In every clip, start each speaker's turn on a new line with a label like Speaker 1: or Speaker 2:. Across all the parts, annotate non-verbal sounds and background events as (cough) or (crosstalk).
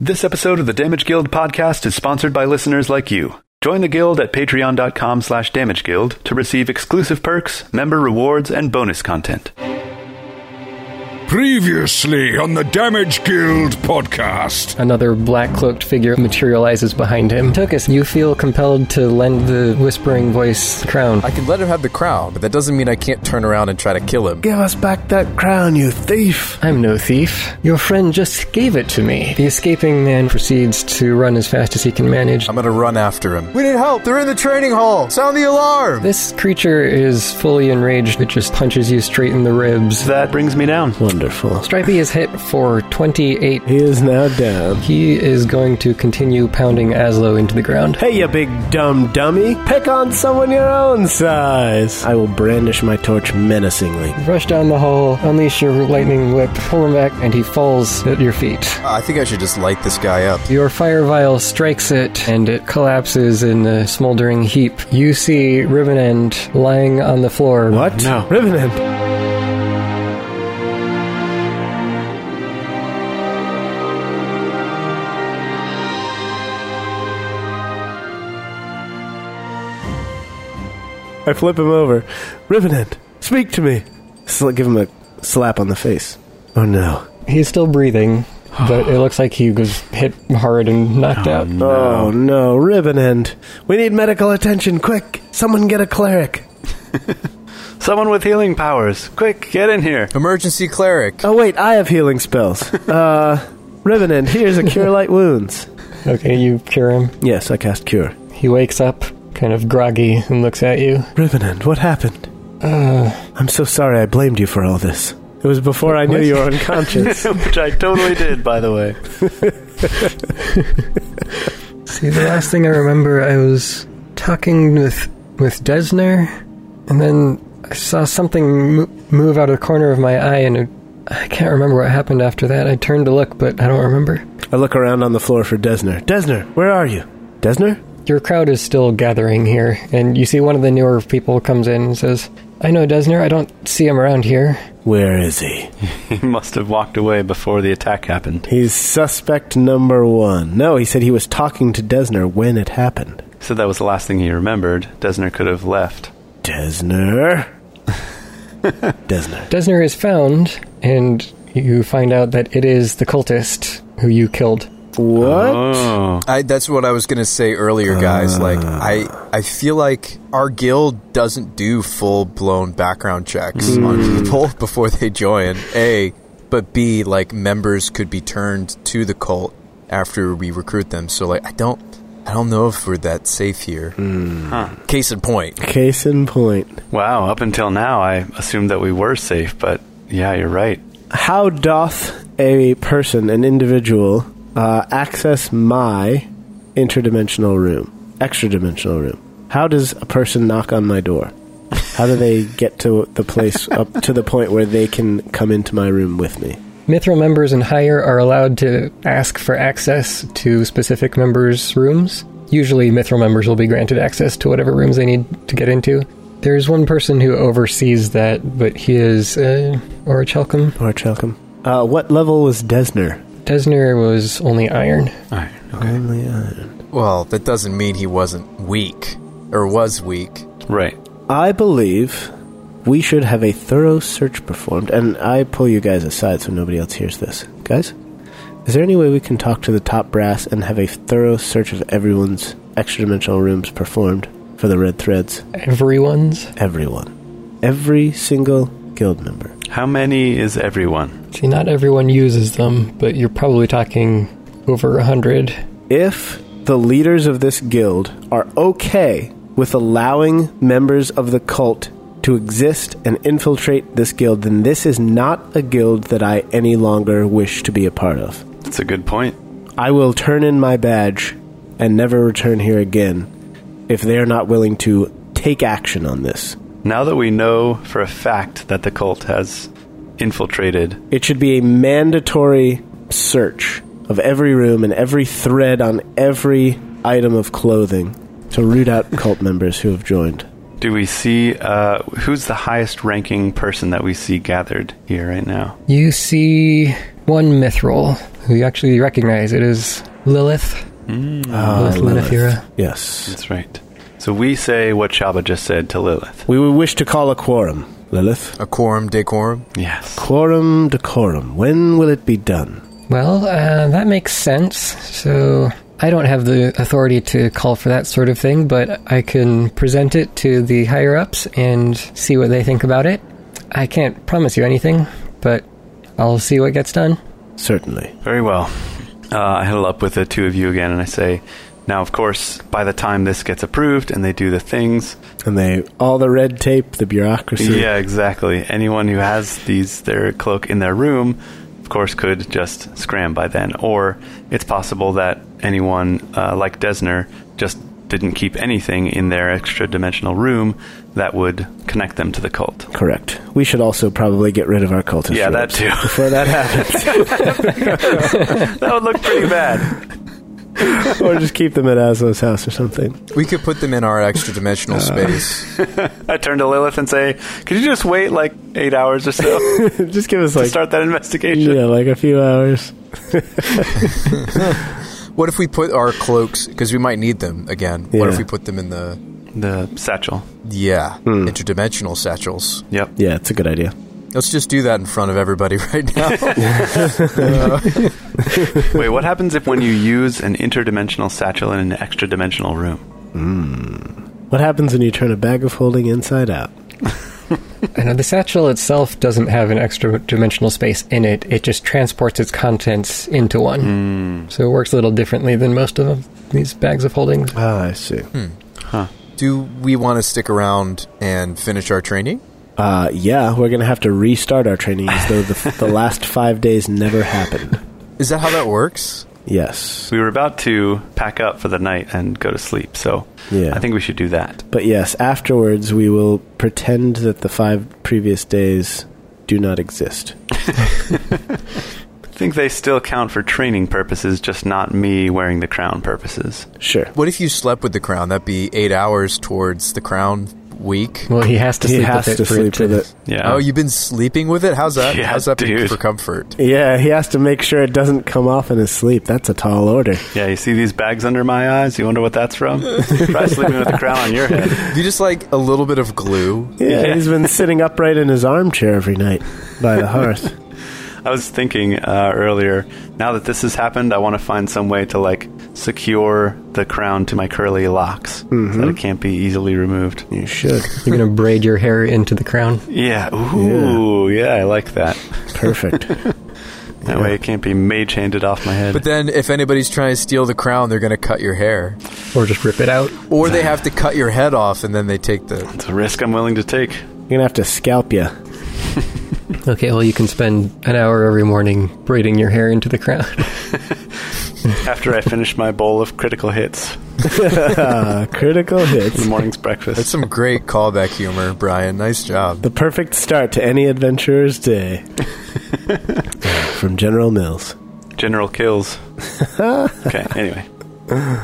Speaker 1: This episode of the Damage Guild podcast is sponsored by listeners like you. Join the guild at patreon.com slash damageguild to receive exclusive perks, member rewards, and bonus content.
Speaker 2: Previously on the Damage Guild podcast.
Speaker 3: Another black cloaked figure materializes behind him. Tokus, you feel compelled to lend the whispering voice crown.
Speaker 4: I can let him have the crown, but that doesn't mean I can't turn around and try to kill him.
Speaker 5: Give us back that crown, you thief!
Speaker 3: I'm no thief. Your friend just gave it to me. The escaping man proceeds to run as fast as he can manage.
Speaker 4: I'm gonna run after him. We need help! They're in the training hall! Sound the alarm!
Speaker 3: This creature is fully enraged. It just punches you straight in the ribs.
Speaker 1: That brings me down.
Speaker 5: Wonderful.
Speaker 3: Stripey is hit for 28.
Speaker 5: He is now down.
Speaker 3: He is going to continue pounding Aslo into the ground.
Speaker 5: Hey, you big dumb dummy! Pick on someone your own size! I will brandish my torch menacingly.
Speaker 3: Rush down the hall, unleash your lightning whip, pull him back, and he falls at your feet.
Speaker 4: I think I should just light this guy up.
Speaker 3: Your fire vial strikes it, and it collapses in a smoldering heap. You see Rivenend lying on the floor.
Speaker 5: What? No. Rivenant! I flip him over. Rivenant, speak to me. Sl- give him a slap on the face. Oh no.
Speaker 3: He's still breathing, but it looks like he was hit hard and knocked out.
Speaker 5: Oh no, Rivenant. We need medical attention, quick! Someone get a cleric.
Speaker 1: Someone with healing powers. Quick, get in here. (laughs)
Speaker 4: Emergency cleric.
Speaker 5: Oh wait, I have healing spells. uh, Rivenant, here's a cure light wounds.
Speaker 3: Okay, you cure him.
Speaker 5: Yes, I cast cure.
Speaker 3: He wakes up, kind of groggy, and looks at you.
Speaker 5: Rivenant, what happened? I'm so sorry I blamed you for all this. It was before I knew
Speaker 3: What?
Speaker 5: you were unconscious.
Speaker 1: Which I totally did, (laughs) by the way.
Speaker 3: See, the last thing I remember, I was talking with with Desner, and then I saw something mo- move out of the corner of my eye, and it, I can't remember what happened after that. I turned to look, but I don't remember.
Speaker 5: I look around on the floor for Desner. Desner, where are you? Desner?
Speaker 3: Your crowd is still gathering here, and you see one of the newer people comes in and says, "I know Desner. I don't see him around here."
Speaker 5: Where is he?
Speaker 1: He must have walked away before the attack happened.
Speaker 5: He's suspect number one. No, he said he was talking to Desner when it happened.
Speaker 1: He said that was the last thing he remembered. Desner could have left. (laughs)
Speaker 5: Desner. Desner.
Speaker 3: Desner is found, and you find out that it is the cultist who you killed.
Speaker 5: What?
Speaker 1: Oh.
Speaker 4: I, that's what I was gonna say earlier, guys. Like, I, I feel like our guild doesn't do full blown background checks on people (laughs) before they join. A, but B, like members could be turned to the cult after we recruit them. So, like, I don't, I don't know if we're that safe here. Case in point.
Speaker 5: Case in point.
Speaker 1: Wow, up until now, I assumed that we were safe, but yeah, you're right.
Speaker 5: How doth a person, an individual, uh, access my interdimensional room, extra dimensional room? How does a person knock on my door? How do they get to the place up to the point where they can come into my room with me?
Speaker 3: Mithril members and higher are allowed to ask for access to specific members' rooms. Usually, Mithril members will be granted access to whatever rooms they need to get into. There's one person who oversees that, but he is uh, Orichalcum.
Speaker 5: Or Chalcom. Uh, what level was Desner?
Speaker 3: Desner was only iron.
Speaker 1: All right.
Speaker 5: Only uh,
Speaker 4: Well, that doesn't mean he wasn't weak or was weak.
Speaker 1: Right.
Speaker 5: I believe we should have a thorough search performed, and I pull you guys aside so nobody else hears this. Guys, is there any way we can talk to the top brass and have a thorough search of everyone's extra dimensional rooms performed for the red threads?
Speaker 3: Everyone's.
Speaker 5: Everyone. Every single guild member.
Speaker 1: How many is everyone?
Speaker 3: See, not everyone uses them, but you're probably talking over a hundred.
Speaker 5: If the leaders of this guild are okay with allowing members of the cult to exist and infiltrate this guild, then this is not a guild that I any longer wish to be a part of.
Speaker 1: That's a good point.
Speaker 5: I will turn in my badge and never return here again if they are not willing to take action on this.
Speaker 1: Now that we know for a fact that the cult has infiltrated,
Speaker 5: It should be a mandatory search of every room and every thread on every item of clothing to root out cult members who have joined.
Speaker 1: do we see uh, who's the highest ranking person that we see gathered here right now?
Speaker 3: You see one Mithril who you actually recognize. It is Lilith.
Speaker 5: Ah,
Speaker 3: Lilith Linafira.
Speaker 5: Yes.
Speaker 1: That's right. So we say what Shaba just said to Lilith.
Speaker 5: We would wish to call a quorum, Lilith.
Speaker 4: A quorum decorum.
Speaker 1: Yes.
Speaker 5: Quorum decorum. When will it be done?
Speaker 3: Well, uh, that makes sense. So I don't have the authority to call for that sort of thing, but I can present it to the higher ups and see what they think about it. I can't promise you anything, but I'll see what gets done.
Speaker 5: Certainly.
Speaker 1: Very well. Uh, I huddle up with the two of you again and I say, now, of course, by the time this gets approved and they do the things,
Speaker 5: And they all the red tape, the bureaucracy.
Speaker 1: yeah, exactly. Anyone who has these their cloak in their room, of course, could just scram by then. Or it's possible that anyone uh, like Desner just didn't keep anything in their extra dimensional room that would connect them to the cult.
Speaker 5: Correct. We should also probably get rid of our cultist.
Speaker 1: Yeah, that
Speaker 5: robes
Speaker 1: too.
Speaker 5: (laughs)
Speaker 1: (laughs)
Speaker 5: Before that happens,
Speaker 1: that would look pretty bad.
Speaker 5: or just keep them at Aslo's house or something. (laughs)
Speaker 4: We could put them in our extra
Speaker 1: Uh.
Speaker 4: dimensional space.
Speaker 1: I turn to Lilith and say, "Could you just wait like eight hours or (laughs) so to
Speaker 5: just give us like
Speaker 1: start that investigation?"
Speaker 5: yeah, like a few hours.
Speaker 4: What if we put our cloaks because we might need them again? What
Speaker 5: Yeah.
Speaker 4: if we put them in the
Speaker 1: The satchel.
Speaker 4: yeah
Speaker 1: Hmm.
Speaker 4: interdimensional satchels?
Speaker 1: Yep.
Speaker 5: Yeah, it's a good idea.
Speaker 4: Let's just do that in front of everybody (laughs) right
Speaker 1: (laughs)
Speaker 4: now.
Speaker 1: Wait, what happens if when you use an interdimensional satchel in an extra dimensional room?
Speaker 5: What happens when you turn a bag of holding inside out?
Speaker 3: I know the satchel itself doesn't have an extra dimensional space in it, it just transports its contents into one.
Speaker 5: Hmm.
Speaker 3: So it works a little differently than most of these bags of holdings.
Speaker 5: Ah, I see.
Speaker 4: do we want to stick around and finish our training?
Speaker 5: Uh, yeah, we're gonna have to restart our training as though the, the last five days never (laughs) happened.
Speaker 4: Is that how that works?
Speaker 5: Yes,
Speaker 1: We were about to pack up for the night and go to sleep, so
Speaker 5: Yeah.
Speaker 1: I think we should do that.
Speaker 5: but yes, afterwards we will pretend that the five previous days do not exist.
Speaker 1: I think they still count for training purposes, just not me wearing the crown purposes.
Speaker 5: Sure.
Speaker 4: What if you slept with the crown? That'd be eight hours towards the crown week.
Speaker 3: Well, he has to
Speaker 5: He
Speaker 3: sleep
Speaker 5: has
Speaker 3: with it
Speaker 5: to
Speaker 3: for
Speaker 5: sleep
Speaker 3: it
Speaker 5: with
Speaker 3: to-
Speaker 5: it.
Speaker 1: Yeah.
Speaker 4: Oh, you've been sleeping with it? How's that?
Speaker 1: Yeah,
Speaker 4: How's that be
Speaker 1: dude.
Speaker 4: for comfort?
Speaker 5: Yeah, he has to make sure it doesn't come off in his sleep. That's a tall order.
Speaker 1: yeah. You see these bags under my eyes? You wonder what that's from? Try sleeping with a crown on your head.
Speaker 4: You just like a little bit of glue.
Speaker 5: Yeah, he's been sitting upright in his armchair every night by
Speaker 3: (laughs)
Speaker 5: the hearth.
Speaker 1: I was thinking uh, earlier. Now that this has happened, I want to find some way to like secure the crown to my curly locks so that it can't be easily removed.
Speaker 5: You should.
Speaker 3: You're going to braid your hair into the crown.
Speaker 1: Yeah. Ooh. Yeah. I like that.
Speaker 5: Perfect.
Speaker 1: That way it can't be mage handed off my head.
Speaker 4: But then if anybody's trying to steal the crown, they're going to cut your hair.
Speaker 3: Or just rip it out.
Speaker 4: Or they have to cut your head off and then they take the.
Speaker 1: it's a risk I'm willing to take.
Speaker 5: You're gonna have to scalp you.
Speaker 3: Okay, well, you can spend an hour every morning braiding your hair into the crown.
Speaker 1: After I finish my bowl of critical hits,
Speaker 5: Uh, critical
Speaker 1: in the
Speaker 5: hits.
Speaker 1: morning's
Speaker 4: That's
Speaker 1: breakfast.
Speaker 4: some great callback humor, Brian. Nice job.
Speaker 5: The perfect start to any
Speaker 3: (laughs)
Speaker 5: adventurer's day. From General Mills.
Speaker 1: General kills. (laughs) okay. Anyway.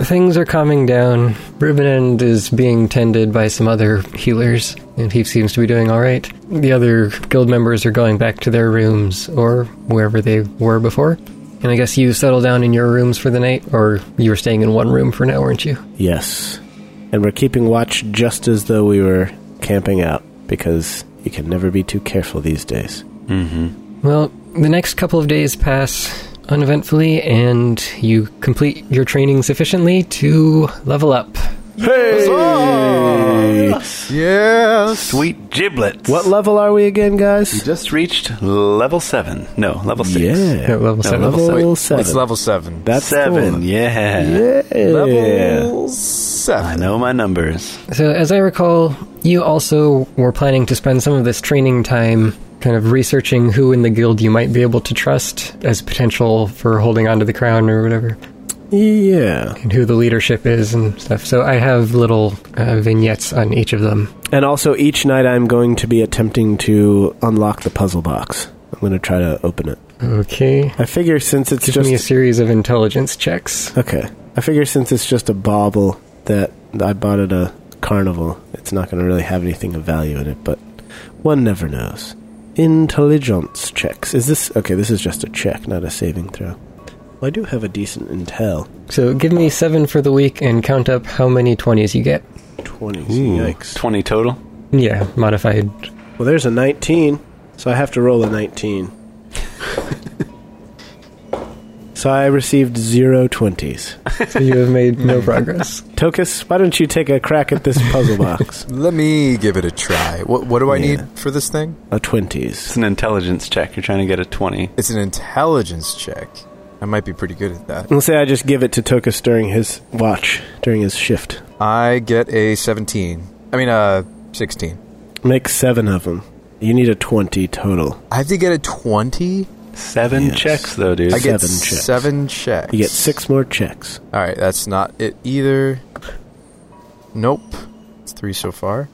Speaker 3: Things are calming down. Rubenend is being tended by some other healers, and he seems to be doing all right. The other guild members are going back to their rooms or wherever they were before. And I guess you settle down in your rooms for the night, or you were staying in one room for now, weren't you?
Speaker 5: Yes. And we're keeping watch just as though we were camping out, because you can never be too careful these days.
Speaker 3: Well, the next couple of days pass uneventfully, and you complete your training sufficiently to level up.
Speaker 4: Yes.
Speaker 1: Sweet giblets.
Speaker 5: What level are we again, guys?
Speaker 1: Just reached level seven. No, level six.
Speaker 5: Yeah.
Speaker 3: At level seven.
Speaker 1: level
Speaker 5: Level
Speaker 4: Wait,
Speaker 5: seven.
Speaker 4: It's level seven.
Speaker 5: That's the
Speaker 1: Seven.
Speaker 5: one.
Speaker 1: Yeah.
Speaker 5: Yeah.
Speaker 4: level
Speaker 1: I
Speaker 4: seven.
Speaker 1: know my numbers.
Speaker 3: So, as I recall, you also were planning to spend some of this training time kind of researching who in the guild you might be able to trust as potential for holding onto the crown or whatever,
Speaker 5: Yeah.
Speaker 3: and who the leadership is and stuff. So, I have little uh, vignettes on each of them.
Speaker 5: And also, each night I'm going to be attempting to unlock the puzzle box. I'm going to try to open it.
Speaker 3: Okay.
Speaker 5: I figure since it's
Speaker 3: Give
Speaker 5: just
Speaker 3: me a series of intelligence checks.
Speaker 5: okay, I figure since it's just a bauble that I bought at a carnival, it's not going to really have anything of value in it. But one never knows. Intelligence checks. Is this okay? This is just a check, not a saving throw. Well, I do have a decent intel.
Speaker 3: So give me seven for the week and count up how many 20s you get.
Speaker 5: 20s. Yikes.
Speaker 1: 20 total.
Speaker 3: Yeah, modified.
Speaker 5: Well, there's a 19, so I have to roll a 19. (laughs) so I received zero 20s.
Speaker 3: So you have made no progress.
Speaker 5: Tokus, why don't you take a crack at this
Speaker 4: (laughs)
Speaker 5: puzzle box?
Speaker 4: Let me give it a try. What what do I
Speaker 5: Yeah.
Speaker 4: need for this thing?
Speaker 5: A 20s.
Speaker 1: It's an intelligence check. You're trying to get a 20.
Speaker 4: It's an intelligence check. I might be pretty good at that.
Speaker 5: Let's say I just give it to Tokus during his watch, during his shift.
Speaker 4: I get a 17. I mean, uh, 16.
Speaker 5: Make seven of them. You need a 20 total.
Speaker 4: I have to get a 20?
Speaker 1: Seven
Speaker 5: Yes.
Speaker 1: checks, though, dude.
Speaker 4: I get
Speaker 5: Seven checks.
Speaker 4: seven checks.
Speaker 5: You get six more checks.
Speaker 4: All right, that's not it either. Nope. It's three so far.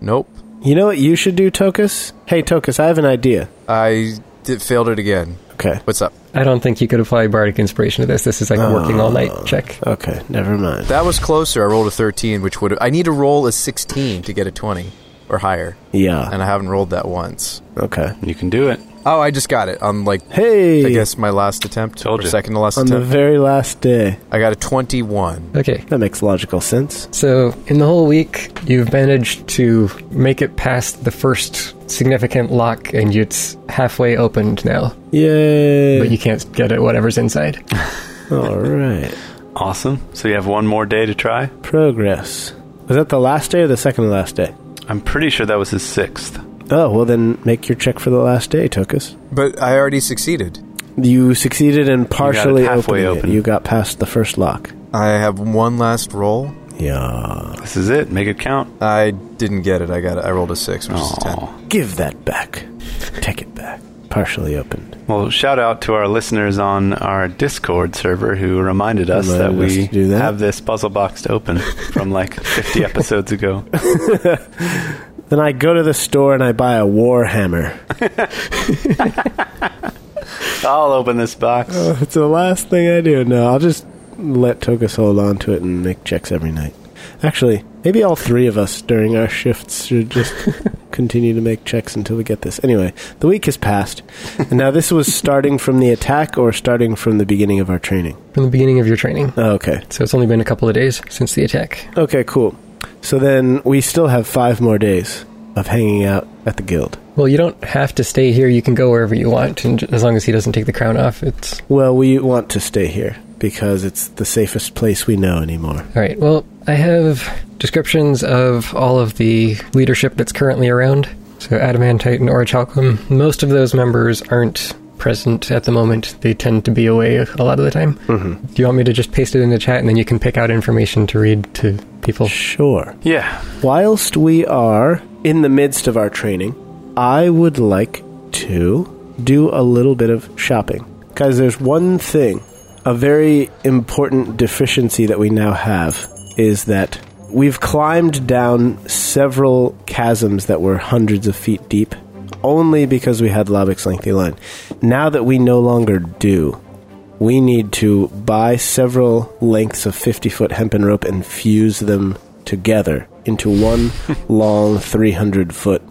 Speaker 4: Nope.
Speaker 5: You know what you should do, Tokus? Hey, Tokus, I have an idea.
Speaker 4: I did, failed it again.
Speaker 5: Okay.
Speaker 4: What's up?
Speaker 3: I don't think you could apply bardic inspiration to this. This is like working all night check.
Speaker 5: Okay, never mind.
Speaker 4: That was closer. I rolled a 13, which would I need to roll a 16 to get a 20 or higher,
Speaker 5: Yeah.
Speaker 4: and I haven't rolled that once.
Speaker 5: Okay.
Speaker 1: You can do it.
Speaker 4: Oh, I just got it on like
Speaker 5: Hey!
Speaker 4: I guess my last attempt
Speaker 1: Told
Speaker 4: or
Speaker 1: ya.
Speaker 4: second to last
Speaker 5: on the
Speaker 4: attempt.
Speaker 5: very last day.
Speaker 4: I got a 21.
Speaker 3: Okay,
Speaker 5: That makes logical sense.
Speaker 3: so in the whole week, you've managed to make it past the first significant lock, and it's halfway opened now.
Speaker 5: Yay!
Speaker 3: But you can't get at whatever's inside.
Speaker 5: All right.
Speaker 1: Awesome. So you have one more day to try?
Speaker 5: Progress. Was that the last day or the second to last day?
Speaker 1: I'm pretty sure that was his sixth.
Speaker 5: Oh, well then make your check for the last day, Tokus.
Speaker 4: But I already succeeded.
Speaker 5: You succeeded in partially
Speaker 1: halfway
Speaker 5: opening
Speaker 1: open.
Speaker 5: it. You got past the first lock.
Speaker 4: I have one last roll.
Speaker 5: Yeah.
Speaker 1: This is it. Make it count.
Speaker 4: I didn't get it. I got it. I rolled a 6, which is a 10.
Speaker 1: Aw.
Speaker 5: Give that back. Take it back. Partially opened.
Speaker 1: Well, shout out to our listeners on our Discord server who reminded us
Speaker 5: Reminded
Speaker 1: that
Speaker 5: us
Speaker 1: we
Speaker 5: to do that.
Speaker 1: have this puzzle box to open from like 50 episodes
Speaker 5: (laughs)
Speaker 1: ago.
Speaker 5: Then I go to the store and I buy a warhammer. (laughs)
Speaker 1: I'll open this box.
Speaker 5: Oh, It's the last thing I do. No, I'll just let Tokus hold on to it and make checks every night. Actually, maybe all three of us during our shifts should just continue to make checks until we get this. Anyway, the week has passed. And now this was starting from the attack or starting from the beginning of our training.
Speaker 3: From the beginning of your training.
Speaker 5: Oh, okay.
Speaker 3: So it's only been a couple of days since the attack.
Speaker 5: Okay, cool. So then we still have five more days of hanging out at the guild.
Speaker 3: Well, you don't have to stay here. You can go wherever you want, and j- as long as he doesn't take the crown off, it's
Speaker 5: Well, we want to stay here because it's the safest place we know anymore.
Speaker 3: all right. Well, I have descriptions of all of the leadership that's currently around. So Adamantite and Orichalcum. Most of those members aren't present at the moment. They tend to be away a lot of the time. Mm-hmm. Do you want me to just paste it in the chat, and then you can pick out information to read to people?
Speaker 5: Sure.
Speaker 1: Yeah.
Speaker 5: Whilst we are in the midst of our training, I would like to do a little bit of shopping. Guys, there's one thing, a very important deficiency that we now have is that we've climbed down several chasms that were hundreds of feet deep only because we had Lubbock's lengthy line. Now that we no longer do, we need to buy several lengths of 50 foot hempen rope and fuse them together into (laughs) one long 300 foot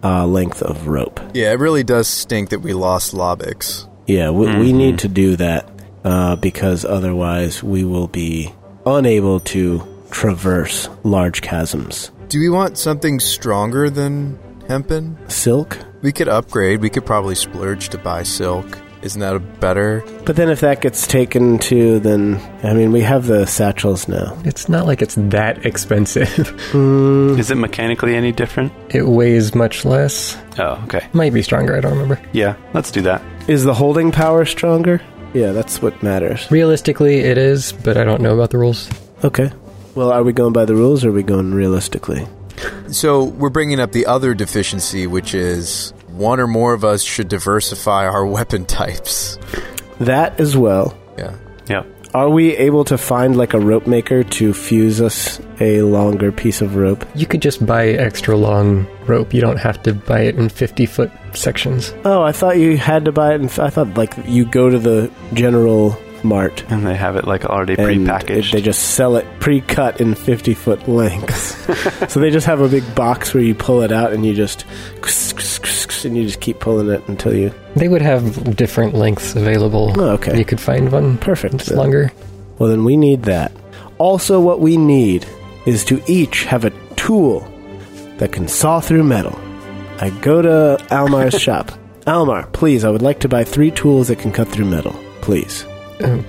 Speaker 5: uh, length of rope.
Speaker 4: Yeah, it really does stink that we lost Lobix.
Speaker 5: Yeah, w- we need to do that uh, because otherwise we will be unable to traverse large chasms.
Speaker 4: Do we want something stronger than hempen?
Speaker 5: Silk?
Speaker 4: We could upgrade. We could probably splurge to buy silk. Isn't that a better?
Speaker 5: But then if that gets taken too, then, I mean, we have the satchels now.
Speaker 3: It's not like it's that expensive. (laughs)
Speaker 1: Is it mechanically any different?
Speaker 3: it weighs much less.
Speaker 1: Oh, okay.
Speaker 3: Might be stronger. I don't remember.
Speaker 1: Yeah, let's do that.
Speaker 5: Is the holding power stronger? Yeah, that's what matters.
Speaker 3: Realistically, it is, but I don't know about the rules.
Speaker 5: Okay. Well, are we going by the rules or are we going realistically?
Speaker 4: So we're bringing up the other deficiency, which is one or more of us should diversify our (laughs) weapon types.
Speaker 5: That as well.
Speaker 4: Yeah.
Speaker 1: Yep.
Speaker 5: Are we able to find like a rope maker to fuse us a longer piece of rope?
Speaker 3: You could just buy extra long rope. You don't have to buy it in 50 foot sections.
Speaker 5: Oh, I thought you had to buy it. And I thought like you go to the general mart
Speaker 1: And they have it like already
Speaker 5: and
Speaker 1: prepackaged.
Speaker 5: it- they just sell it pre-cut in 50 foot lengths. so they just have a big box where you pull it out and you just works, (laughs) and you just keep pulling it until you.
Speaker 3: They would have different lengths available.
Speaker 5: Oh, okay.
Speaker 3: You could find one
Speaker 5: Perfect.
Speaker 3: that's longer.
Speaker 5: Well, then we need that. Also, what we need is to each have a tool that can saw through metal. I go to Almar's shop. Almar, please, I would like to buy three tools that can cut through metal. Please.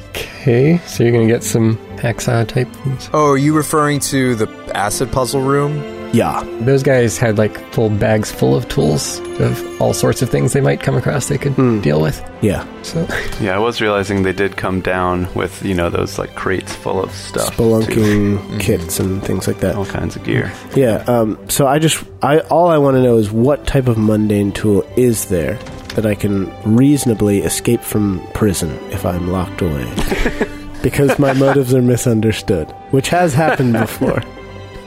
Speaker 3: Okay, so you're gonna get some hacksaw type things.
Speaker 4: Oh, are you referring to the acid puzzle room?
Speaker 5: Yeah.
Speaker 3: Those guys had like full bags full of tools of all sorts of things they might come across they could
Speaker 5: Hmm.
Speaker 3: deal with.
Speaker 5: Yeah.
Speaker 3: So
Speaker 1: Yeah, I was realizing they did come down with you know those like crates full of stuff, too.
Speaker 5: Spelunking kits and things like that.
Speaker 1: all kinds of gear.
Speaker 5: Yeah. Um, so I just, I all I want to know is what type of mundane tool is there that I can reasonably escape from prison if I'm locked away, because my motives are misunderstood, which has happened before.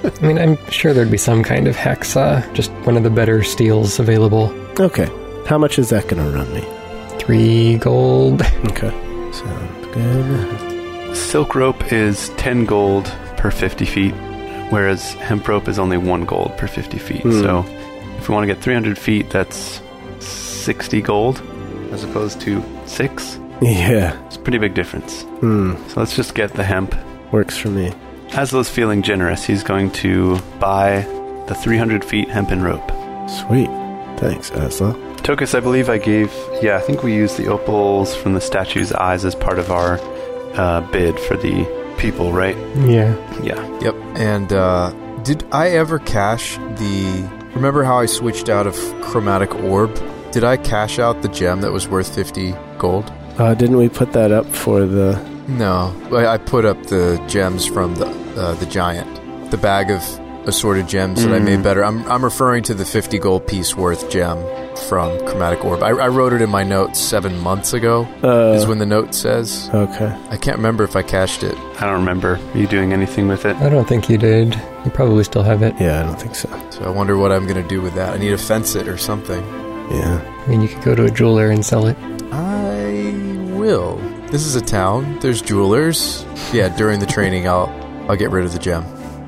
Speaker 3: I mean, I'm sure there'd be some kind of hacksaw, just one of the better steels available.
Speaker 5: Okay. How much is that going to run me?
Speaker 3: Three gold. (laughs)
Speaker 5: Okay. Sounds good.
Speaker 1: Silk rope is ten gold per fifty feet, whereas hemp rope is only one gold per fifty feet. So if we want to get three hundred feet, that's sixty gold, as opposed to six.
Speaker 5: Yeah.
Speaker 1: It's a pretty big difference.
Speaker 5: Hmm.
Speaker 1: So let's just get the hemp.
Speaker 5: Works for me.
Speaker 1: Aslo's feeling generous. He's going to buy the 300 feet hempen rope.
Speaker 5: Sweet. Thanks, Asla.
Speaker 1: Tokus, I believe I gave. Yeah, I think we used the opals from the statue's eyes as part of our uh, bid for the people, right?
Speaker 3: Yeah.
Speaker 1: Yeah.
Speaker 4: Yep. And uh, did I ever cash the? Remember how I switched out of chromatic orb? Did I cash out the gem that was worth fifty gold?
Speaker 5: Uh, didn't we put that up for the.
Speaker 4: No, I I put up the gems from the uh, the giant, the bag of assorted gems that I made better. I'm I'm referring to the fifty gold piece worth gem from chromatic orb. I, I wrote it in my notes seven months ago.
Speaker 5: Uh,
Speaker 4: is when the note says.
Speaker 5: okay.
Speaker 4: I can't remember if I cashed it.
Speaker 1: I don't remember you doing anything with it.
Speaker 3: I don't think you did. You probably still have it.
Speaker 5: Yeah, I don't think so.
Speaker 4: So I wonder what I'm gonna do with that. I need to fence it or something.
Speaker 5: Yeah.
Speaker 3: I mean, you could go to a jeweler and sell it.
Speaker 4: I will. This is a town. There's jewelers. Yeah, during the training, I'll I'll get rid of the gem.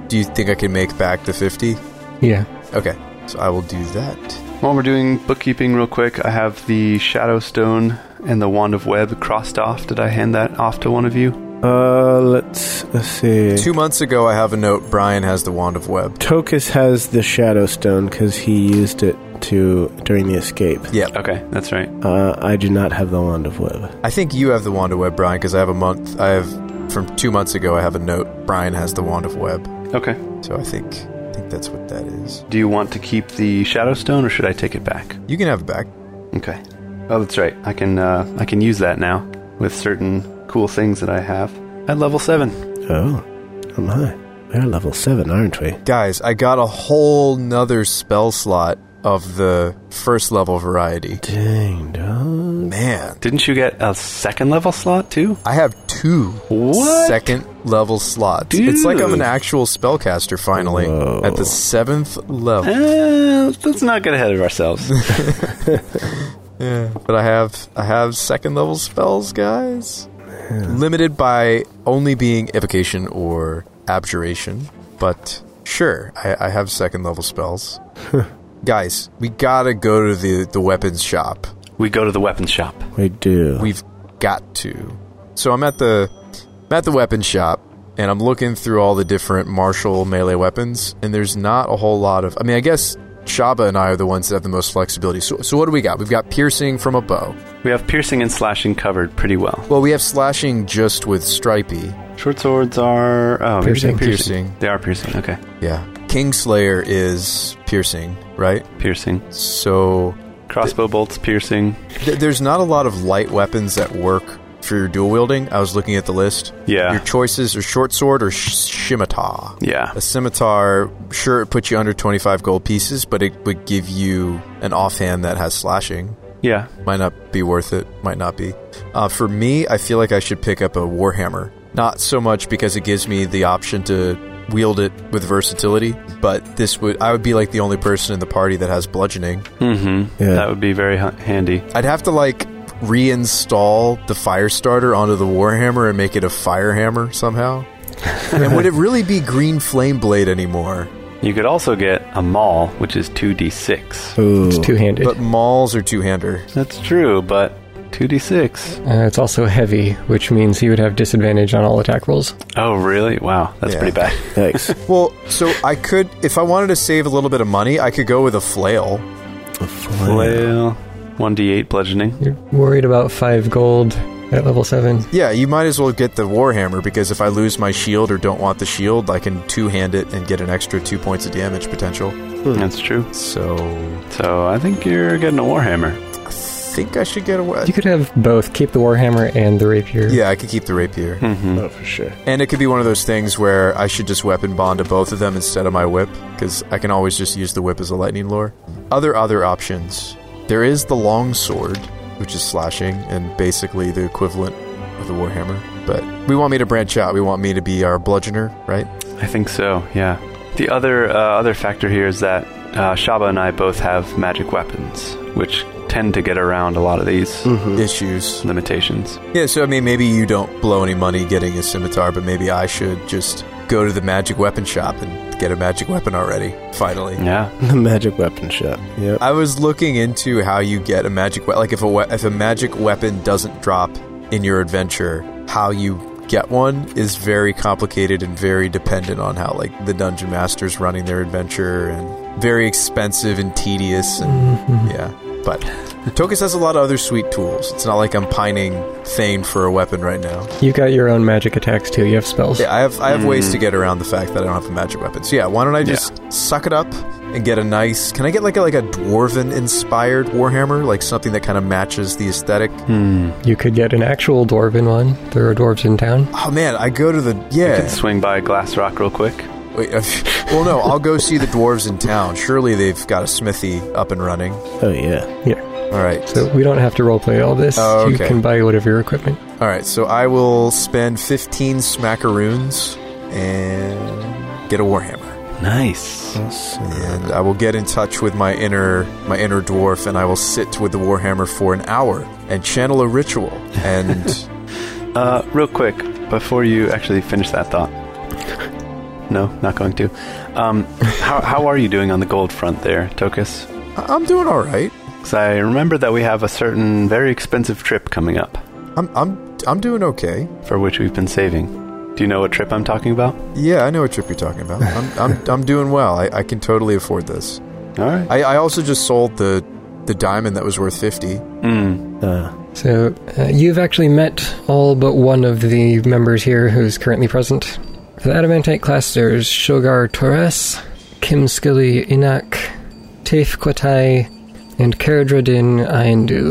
Speaker 4: Do you think I can make back the fifty?
Speaker 3: Yeah.
Speaker 4: Okay, so I will do that.
Speaker 1: While we're doing bookkeeping, real quick, I have the Shadow Stone and the Wand of Web crossed off. Did I hand that off to one of you?
Speaker 5: Uh, let's, let's see.
Speaker 4: Two months ago, I have a note. Brian has the wand of web.
Speaker 5: Tokus has the Shadow Stone because he used it to during the escape.
Speaker 4: Yep.
Speaker 1: Okay, that's right.
Speaker 5: Uh, I do not have the Wand of Web.
Speaker 4: I think you have the wand of web, Brian, because I have a month. I have from two months ago. I have a note. Brian has the wand of web.
Speaker 1: Okay.
Speaker 4: So I think I think that's what that is.
Speaker 1: Do you want to keep the Shadow Stone or should I take it back?
Speaker 4: You can have it back.
Speaker 1: Okay. Oh, that's right. I can uh, I can use that now with certain cool things that I have at level seven.
Speaker 5: Oh, oh my. We're level 7, aren't we?
Speaker 4: Guys, I got a whole nother spell slot of the first level variety.
Speaker 5: Dang, dog.
Speaker 4: Man,
Speaker 1: Didn't you get a second level slot too?
Speaker 4: I have two
Speaker 1: What?
Speaker 4: second level slots. It's like I'm an actual spellcaster finally
Speaker 5: Whoa.
Speaker 4: at the seventh level.
Speaker 1: Uh, let's not get ahead of (laughs) ourselves.
Speaker 4: But I have I have second level spells, guys. Limited by only being evocation or abjuration, but sure, I, I have second level spells. (laughs) guys, we gotta go to the, the weapons shop.
Speaker 1: we go to the weapons shop.
Speaker 5: We do.
Speaker 4: We've got to. So I'm at the I'm at the weapon shop and I'm looking through all the different martial melee weapons and there's not a whole lot of I mean I guess Shaba and I are the ones that have the most flexibility. So so what do we got? We've got piercing from a bow.
Speaker 1: We have piercing and slashing covered pretty well.
Speaker 4: Well, we have slashing just with stripey.
Speaker 1: Short swords are oh you're saying
Speaker 3: Piercing.
Speaker 4: Piercing.
Speaker 1: They are piercing. Okay,
Speaker 4: Yeah. Kingslayer is piercing, right?
Speaker 1: piercing.
Speaker 4: So
Speaker 1: Crossbow bolts piercing.
Speaker 4: th- there's not a lot of light weapons that work for your dual wielding. I was looking at the list.
Speaker 1: Yeah.
Speaker 4: Your choices are short sword or sh- scimitar.
Speaker 1: Yeah,
Speaker 4: A scimitar, sure, it puts you under 25 gold pieces, but it would give you an offhand that has slashing.
Speaker 1: yeah.
Speaker 4: Might not be worth it, might not be. Uh, for me, I feel like I should pick up a warhammer. Not so much because it gives me the option to wield it with versatility, but this would I would be like the only person in the party that has bludgeoning.
Speaker 1: Mm-hmm.
Speaker 5: Yeah.
Speaker 1: That would be very ha- handy.
Speaker 4: I'd have to like reinstall the fire starter onto the warhammer and make it a fire hammer somehow. and would it really be green flame blade anymore?
Speaker 1: You could also get a maul, which is 2d6.
Speaker 5: Ooh. (laughs)
Speaker 3: It's two handed.
Speaker 4: But mauls are two-hander.
Speaker 1: That's true, but 2d6.
Speaker 3: Uh, it's also heavy, which means he would have disadvantage on all attack rolls.
Speaker 1: Oh, really? Wow, that's
Speaker 4: Yeah.
Speaker 1: pretty bad.
Speaker 5: Yikes.
Speaker 4: Well, so I could, if I wanted to save a little bit of money, I could go with a flail.
Speaker 1: Flail. 1d8 bludgeoning.
Speaker 3: You're worried about five gold at level seven.
Speaker 4: Yeah, you might as well get the warhammer because if I lose my shield or don't want the shield, I can two-hand it and get an extra two points of damage potential.
Speaker 1: That's true.
Speaker 4: So
Speaker 1: So I think you're getting a warhammer.
Speaker 4: I think I should get away.
Speaker 3: You could have both. Keep the warhammer and the rapier.
Speaker 4: Yeah, I could keep the rapier.
Speaker 5: oh, for sure.
Speaker 4: And it could be one of those things where I should just weapon bond to both of them instead of my whip, because I can always just use the whip as a lightning lure. Other other options. There is the long sword, which is slashing and basically the equivalent of the warhammer. But we want me to branch out. We want me to be our bludgeoner, right?
Speaker 1: I think so. Yeah. The other uh, other factor here is that uh, Shaba and I both have magic weapons, which tend to get around a lot of these
Speaker 4: Issues.
Speaker 1: limitations.
Speaker 4: Yeah. So I mean, maybe you don't blow any money getting a scimitar, but maybe I should just go to the magic weapon shop and get a magic weapon already. Finally.
Speaker 1: Yeah.
Speaker 5: The magic weapon shop. Yep.
Speaker 4: I was looking into how you get a magic weapon. Like if a we- if a magic weapon doesn't drop in your adventure, how you get one is very complicated and very dependent on how like the dungeon master's running their adventure and very expensive and tedious and
Speaker 3: Mm-hmm.
Speaker 4: yeah. But Tokus has a lot of other sweet tools. It's not like I'm pining Thane for a weapon right now.
Speaker 3: You've got your own magic attacks too. You have spells.
Speaker 4: Yeah, I have I have ways to get around the fact that I don't have a magic weapon. So yeah, why don't I just suck it up and get a nice? Can I get like a, like a dwarven inspired warhammer, like something that kind of matches the aesthetic?
Speaker 1: Hmm.
Speaker 3: You could get an actual dwarven one. There are dwarves in town.
Speaker 4: Oh man, I go to the (laughs) yeah.
Speaker 1: Swing by Glass Rock real quick.
Speaker 4: Wait, uh, well, no, I'll go see the dwarves in town. Surely they've got a smithy up and running.
Speaker 5: Oh, yeah.
Speaker 3: Yeah.
Speaker 4: All right,
Speaker 3: So we don't have to roleplay all this.
Speaker 4: Oh,
Speaker 3: You
Speaker 4: okay.
Speaker 3: can buy whatever your equipment.
Speaker 4: all right. So I will spend fifteen smackaroons and get a warhammer.
Speaker 1: Nice.
Speaker 4: and I will get in touch with my inner my inner dwarf, and I will sit with the warhammer for an hour and channel a ritual. And
Speaker 1: Uh, real quick, before you actually finish that thought. No, not going to. Um, (laughs) how, how are you doing on the gold front there, Tokus?
Speaker 4: I- I'm doing all right.
Speaker 1: Because I remember that we have a certain very expensive trip coming up
Speaker 4: I'm I'm I'm doing okay.
Speaker 1: for which we've been saving. Do you know what trip I'm talking about?
Speaker 4: Yeah, I know what trip you're talking about. I'm I'm, I'm doing well. I, I can totally afford this.
Speaker 1: All right.
Speaker 4: I, I also just sold the the diamond that was worth fifty.
Speaker 1: Mm.
Speaker 5: Uh,
Speaker 3: So uh, you've actually met all but one of the members here who's currently present. For the Adamantite class, there's Shogar Torres, Kim Skilly Inak, Taif Kwatai, and Karadradin Ayendu.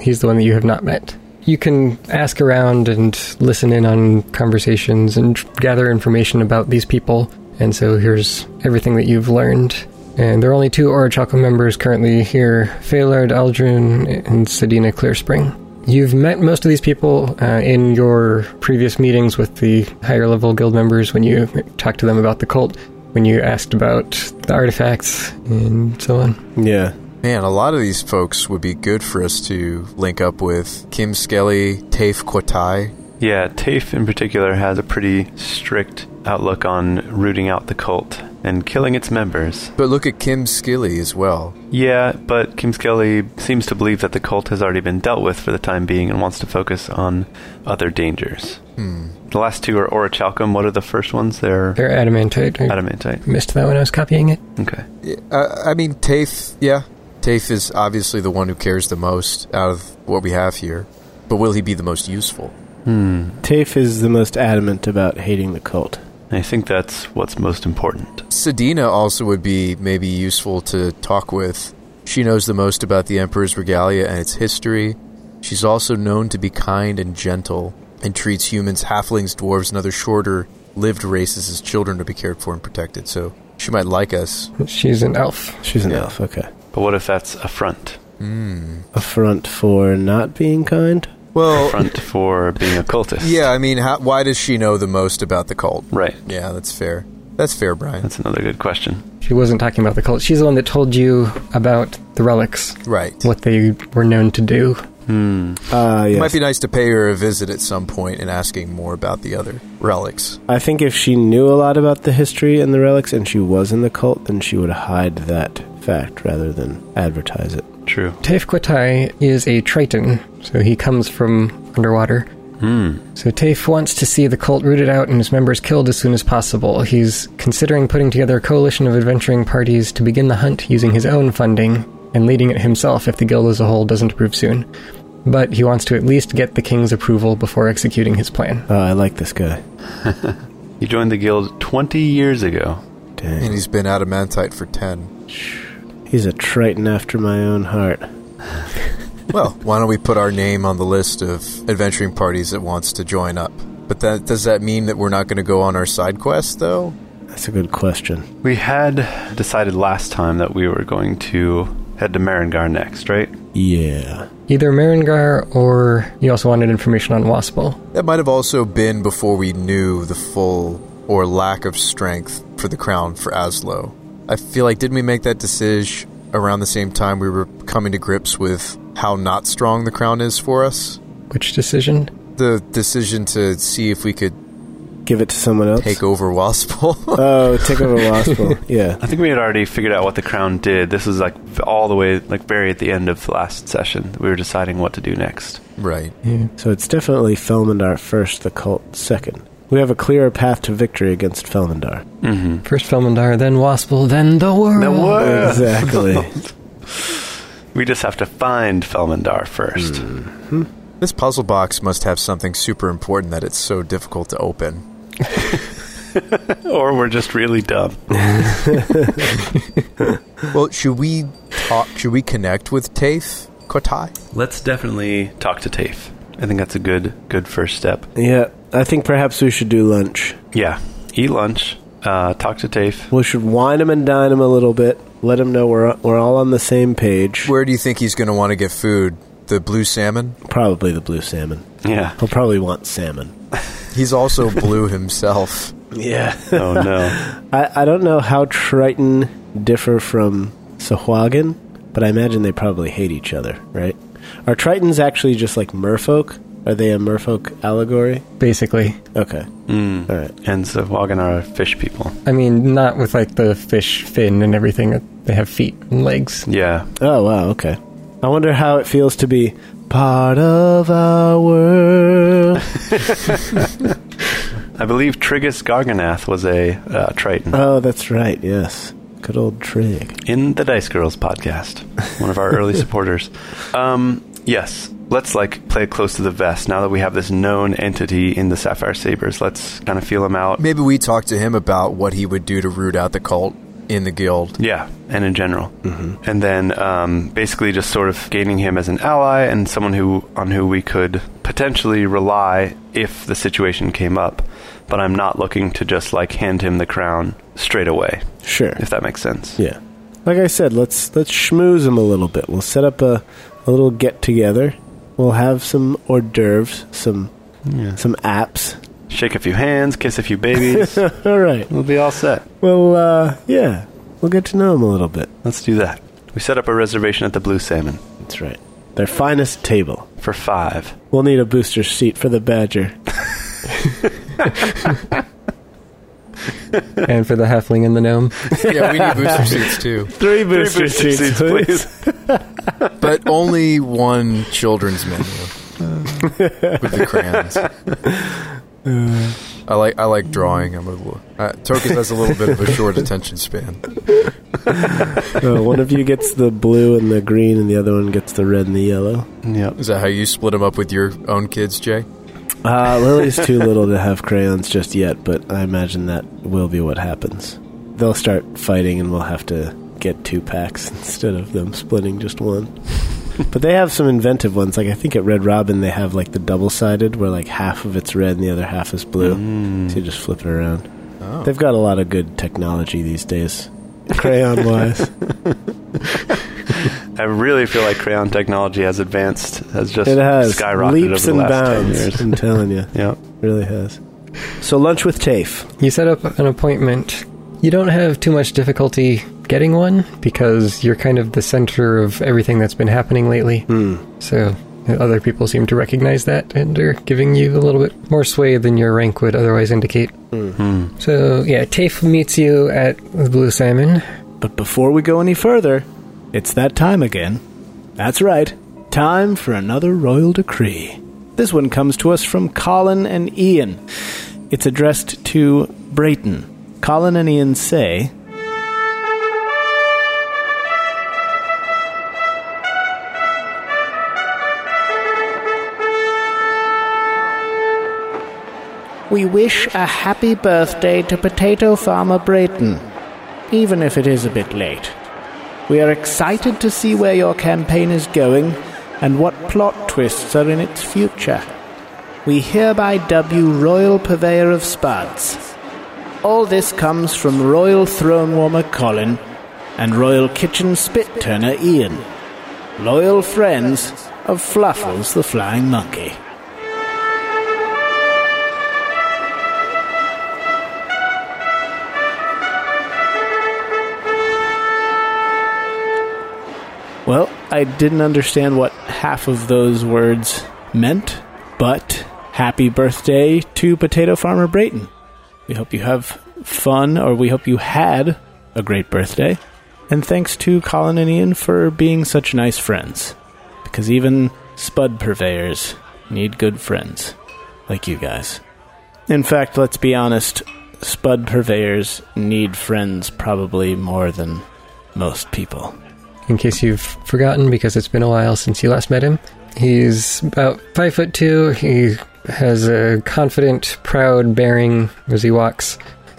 Speaker 3: He's the one that you have not met. You can ask around and listen in on conversations and tr- gather information about these people. And so here's everything that you've learned. And there are only two Orichalcum members currently here Phalard Aldrin and Sedina Clearspring. You've met most of these people uh, in your previous meetings with the higher level guild members when you talked to them about the cult, when you asked about the artifacts, and so on.
Speaker 5: yeah.
Speaker 4: Man, a lot of these folks would be good for us to link up with Kim Skelly, Taif Kwatai.
Speaker 1: Yeah, TAFE in particular has a pretty strict outlook on rooting out the cult and killing its members.
Speaker 4: But look at Kim Skilly as well.
Speaker 1: Yeah, but Kim Skelly seems to believe that the cult has already been dealt with for the time being and wants to focus on other dangers. The last two are Orichalcum. What are the first ones? They're
Speaker 3: They're adamantite. I
Speaker 1: adamantite.
Speaker 3: missed that when I was copying it.
Speaker 1: Okay.
Speaker 4: Uh, I mean, Tafe, yeah. Tafe is obviously the one who cares the most out of what we have here. But will he be the most useful?
Speaker 5: TAFE is the most adamant about hating the cult.
Speaker 1: I think that's what's most important.
Speaker 4: Sedina also would be maybe useful to talk with. She knows the most about the Emperor's regalia and its history. She's also known to be kind and gentle and treats humans, halflings, dwarves, and other shorter lived races as children to be cared for and protected. So she might like us.
Speaker 3: She's an elf.
Speaker 5: She's an
Speaker 4: Yeah.
Speaker 5: elf, okay.
Speaker 1: But what if that's a front?
Speaker 5: A front for not being kind?
Speaker 4: Well,
Speaker 1: Front for being a cultist.
Speaker 4: Oh. yeah, I mean, how, why does she know the most about the cult?
Speaker 1: Right.
Speaker 4: Yeah, that's fair. That's fair, Brian.
Speaker 1: That's another good question.
Speaker 3: She wasn't talking about the cult. She's the one that told you about the relics,
Speaker 4: Right.
Speaker 3: what they were known to do.
Speaker 1: Hmm.
Speaker 5: Uh,
Speaker 4: It
Speaker 5: yes.
Speaker 4: might be nice to pay her a visit at some point and asking more about the other relics.
Speaker 5: I think if she knew a lot about the history and the relics and she was in the cult, then she would hide that fact rather than advertise it.
Speaker 1: True.
Speaker 3: Tefquatai is a Triton, so he comes from underwater. So Tafe wants to see the cult rooted out and its members killed as soon as possible. He's considering putting together a coalition of adventuring parties to begin the hunt using his own funding and leading it himself if the guild as a whole doesn't approve soon. But he wants to at least get the king's approval before executing his plan.
Speaker 5: Oh, I like this guy.
Speaker 1: He joined the guild 20 years ago.
Speaker 4: And
Speaker 5: Dang.
Speaker 4: he's been adamantite for 10.
Speaker 5: He's a Triton after my own heart.
Speaker 4: Well, why don't we put our name on the list of adventuring parties that wants to join up? But that, does that mean that we're not going to go on our side quest, though?
Speaker 5: That's a good question.
Speaker 1: We had decided last time that we were going to head to Maringar next, right?
Speaker 5: Yeah.
Speaker 3: Either Maringar or you also wanted information on Waspel.
Speaker 4: That might have also been before we knew the full or lack of strength for the crown for Aslo. I feel like didn't we make that decision around the same time we were coming to grips with how not strong the crown is for us?
Speaker 3: Which decision?
Speaker 4: The decision to see if we could
Speaker 5: Give it to someone else.
Speaker 4: take over Waspel.
Speaker 5: oh, take over Waspel. yeah.
Speaker 1: I think we had already figured out what the crown did. This was like all the way, like very at the end of the last session. We were deciding what to do next.
Speaker 4: (laughs) right.
Speaker 5: So it's definitely Felmandar first, the cult second. We have a clearer path to victory against Felmandar.
Speaker 1: Mm-hmm.
Speaker 3: First Felmandar, then Waspel, then the world.
Speaker 1: Hmm. The world.
Speaker 5: Exactly.
Speaker 1: We just have to find Felmandar first.
Speaker 4: This puzzle box must have something super important that it's so difficult to open.
Speaker 1: Or we're just really dumb.
Speaker 4: Well, should we talk? Should we connect with Tafe Kotai?
Speaker 1: Let's definitely talk to Tafe. I think that's a good, good first step.
Speaker 5: yeah. I think perhaps we should do lunch.
Speaker 1: Yeah. Eat lunch. Uh, talk to Tafe.
Speaker 5: We should wine him and dine him a little bit. Let him know we're we're all on the same page.
Speaker 4: Where do you think he's going to want to get food? The blue salmon?
Speaker 5: probably the blue salmon.
Speaker 1: Yeah.
Speaker 5: He'll probably want salmon.
Speaker 4: He's also blue himself.
Speaker 5: Yeah.
Speaker 1: Oh (laughs) no.
Speaker 5: (laughs) I, I don't know how Triton differ from Sahuagin, but I imagine they probably hate each other, right? Are Tritons actually just like merfolk? Are they a merfolk allegory?
Speaker 3: Basically.
Speaker 5: Okay. All right.
Speaker 1: Mm. and so Wagon are fish people.
Speaker 3: I mean, not with like the fish fin and everything. They have feet and legs.
Speaker 1: Yeah.
Speaker 5: Oh, wow. Okay. I wonder how it feels to be part of our (laughs) world.
Speaker 1: I believe Trigus Garganath was a uh, Triton
Speaker 5: oh, that's right. Yes. Good old trig.
Speaker 1: in the Dice Girls podcast, one of our early supporters. Um, yes, let's like play close to the vest. Now that we have this known entity in the Sapphire Sabers, let's kind of feel him out.
Speaker 4: Maybe we talk to him about what he would do to root out the cult in
Speaker 1: (laughs)
Speaker 4: the guild.
Speaker 1: Yeah, and in general, mm-hmm. and then um, basically just sort of gaining him as an ally and someone who on who we could potentially rely if the situation came up. But I'm not looking to just like hand him the crown straight away,
Speaker 5: Sure.
Speaker 1: if that makes sense.
Speaker 5: Yeah. Like I said, let's let's schmooze them a little bit. We'll set up a, a little get together. We'll have some hors d'oeuvres, some some apps. (laughs)
Speaker 1: Shake a few hands, kiss a few babies.
Speaker 5: all right.
Speaker 1: we'll be all set.
Speaker 5: Well, uh, yeah, we'll get to know them a little bit.
Speaker 1: Let's do that. We set up a reservation at the Blue Salmon
Speaker 5: That's right. Their finest table.
Speaker 1: for five.
Speaker 5: We'll need a booster seat for the badger.
Speaker 3: and for the halfling and the gnome.
Speaker 4: yeah, we need booster seats too.
Speaker 5: (laughs) Three booster,
Speaker 1: booster seats,
Speaker 5: please.
Speaker 4: But only one children's menu with the crayons. I like I like drawing. I'm a little, uh, Tokus has a little bit of a short attention span.
Speaker 5: (laughs) Uh, one of you gets the blue and the green, and the other one gets the red and the yellow.
Speaker 1: Yep.
Speaker 4: Is that how you split them up with your own kids, Jay?
Speaker 5: Uh, Lily's too little to have crayons just yet, but I imagine that will be what happens. They'll start fighting, and we'll have to get two packs (laughs) instead of them splitting just one. but they have some inventive ones. Like I think at Red Robin, they have like the double sided, where like half of it's red and the other half is blue.
Speaker 1: Mm.
Speaker 5: So you just flip it around. They've got a lot of good technology these days, crayon
Speaker 1: (laughs)
Speaker 5: wise.
Speaker 1: I really feel like crayon technology has advanced, has just
Speaker 5: it has
Speaker 1: skyrocketed
Speaker 5: leaps
Speaker 1: over
Speaker 5: and
Speaker 1: the last ten
Speaker 5: bounds.
Speaker 1: years.
Speaker 5: I'm telling you,
Speaker 1: Yep.
Speaker 5: really has. So lunch with Tafe.
Speaker 3: You set up an appointment. You don't have too much difficulty getting one because you're kind of the center of everything that's been happening lately. So Other people seem to recognize that and are giving you a little bit more sway than your rank would otherwise indicate. So, yeah, Tafe meets you at the Blue Salmon.
Speaker 5: But before we go any further, it's that time again. That's right, time for another royal decree. This one comes to us from Colin and Ian. It's addressed to Brayton. Colin and Ian say, We wish a happy birthday to potato farmer Brayton, even if it is a bit late. We are excited to see where your campaign is going and what plot twists are in its future. We hereby dub you Royal Purveyor of Spuds. All this comes from Royal Throne Warmer Colin and Royal Kitchen Spit Turner Ian, loyal friends of Fluffles the Flying Monkey. Well, I didn't understand what half of those words meant, but happy birthday to Potato Farmer Brayton. We hope you have fun, or we hope you had a great birthday. And thanks to Colin and Ian for being such nice friends, because even spud purveyors need good friends like you guys. In fact, let's be honest, spud purveyors need friends probably more than most people.
Speaker 3: in case you've forgotten because it's been a while since you last met him. He's about five foot two. He has a confident, proud bearing as he walks.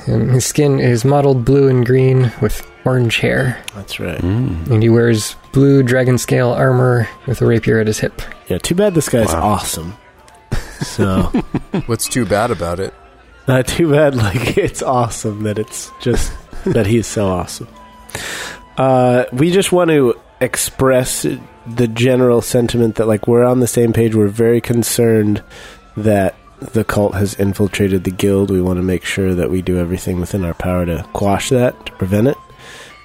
Speaker 3: And his skin is mottled blue and green with orange hair,
Speaker 5: That's right.
Speaker 3: and he wears blue dragon scale armor with a rapier at his hip.
Speaker 5: Yeah, too bad this guy's
Speaker 1: Wow.
Speaker 5: awesome. So,
Speaker 4: What's too bad about it?
Speaker 5: not too bad, (laughs) like, it's awesome that it's just that he's so awesome. Uh, we just want to express the general sentiment that, like, we're on the same page. We're very concerned that the cult has infiltrated the guild. We want to make sure that we do everything within our power to quash that, to prevent it.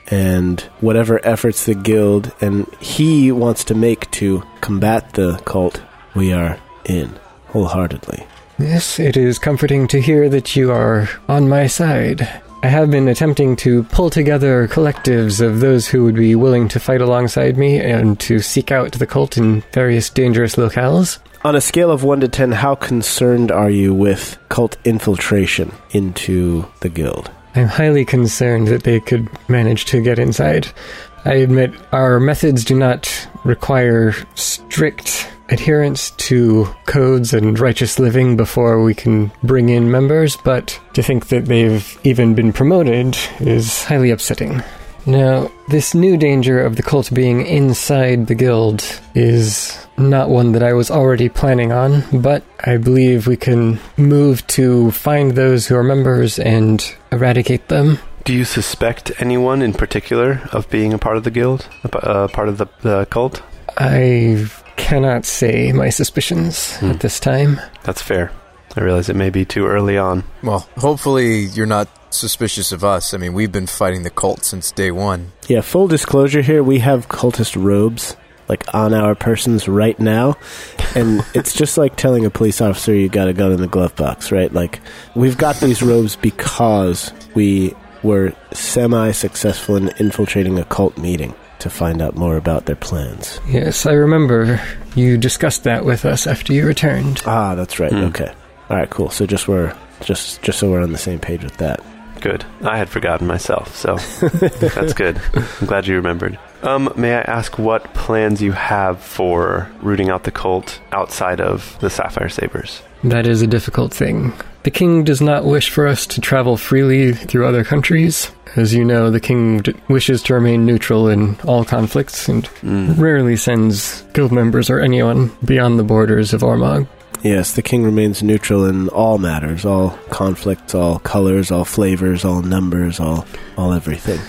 Speaker 5: And whatever efforts the guild and he wants to make to combat the cult, we are in wholeheartedly.
Speaker 3: Yes, it is comforting to hear that you are on my side. I have been attempting to pull together collectives of those who would be willing to fight alongside me and to seek out the cult in various dangerous locales.
Speaker 5: On a scale of 1 to 10, how concerned are you with cult infiltration into the guild?
Speaker 3: I'm highly concerned that they could manage to get inside. I admit our methods do not require strict adherence to codes and righteous living before we can bring in members, but to think that they've even been promoted is highly upsetting. Now, this new danger of the cult being inside the guild is not one that I was already planning on, but I believe we can move to find those who are members and eradicate them.
Speaker 1: Do you suspect anyone in particular of being a part of the guild, a p- uh, part of the, the cult?
Speaker 3: I cannot say my suspicions at this time.
Speaker 1: That's fair. I realize it may be too early on.
Speaker 4: Well, hopefully you're not suspicious of us. I mean, we've been fighting the cult since day one.
Speaker 5: Yeah, full disclosure here, we have cultist robes like on our persons right now. And it's just like telling a police officer you got a gun in the glove box, right? Like we've got these robes because we were semi successful in infiltrating a cult meeting to find out more about their plans.
Speaker 3: Yes, I remember you discussed that with us after you returned.
Speaker 5: Ah, that's right.
Speaker 1: Hmm.
Speaker 5: Okay. All right, cool. So just we're just just so we're on the same page with that.
Speaker 1: Good. I had forgotten myself, so that's good. I'm glad you remembered. Um, may I ask what plans you have for rooting out the cult outside of the Sapphire Sabers?
Speaker 3: That is a difficult thing. The king does not wish for us to travel freely through other countries. As you know, the king d- wishes to remain neutral in all conflicts and
Speaker 1: Hmm.
Speaker 3: rarely sends guild members or anyone beyond the borders of Ormog.
Speaker 5: Yes, the king remains neutral in all matters, all conflicts, all colors, all flavors, all numbers, all all everything.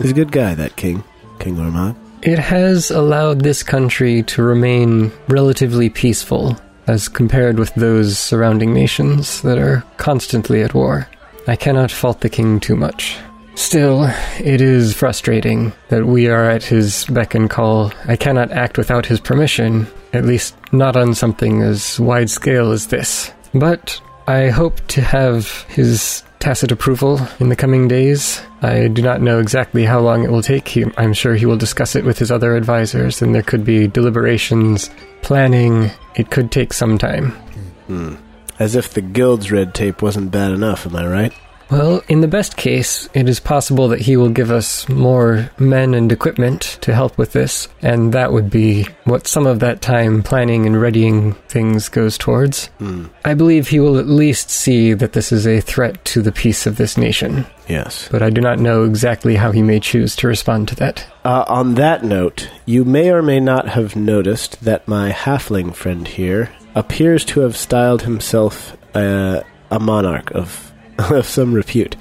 Speaker 5: He's a good guy, that king, King Ormond.
Speaker 3: It has allowed this country to remain relatively peaceful as compared with those surrounding nations that are constantly at war. I cannot fault the king too much. Still, it is frustrating that we are at his beck and call. I cannot act without his permission, at least not on something as wide scale as this. But I hope to have his tacit approval in the coming days. I do not know exactly how long it will take. He, I'm sure he will discuss it with his other advisors, and there could be deliberations, planning. It could take some time.
Speaker 5: As if the guild's red tape wasn't bad enough, am I right?
Speaker 3: Well, in the best case, it is possible that he will give us more men and equipment to help with this, and that would be what some of that time planning and readying things goes towards.
Speaker 5: Hmm,
Speaker 3: I believe he will at least see that this is a threat to the peace of this nation,
Speaker 5: Yes.
Speaker 3: but I do not know exactly how he may choose to respond to that.
Speaker 5: Uh, on that note, you may or may not have noticed that my halfling friend here appears to have styled himself uh, a monarch of, (laughs) of some repute.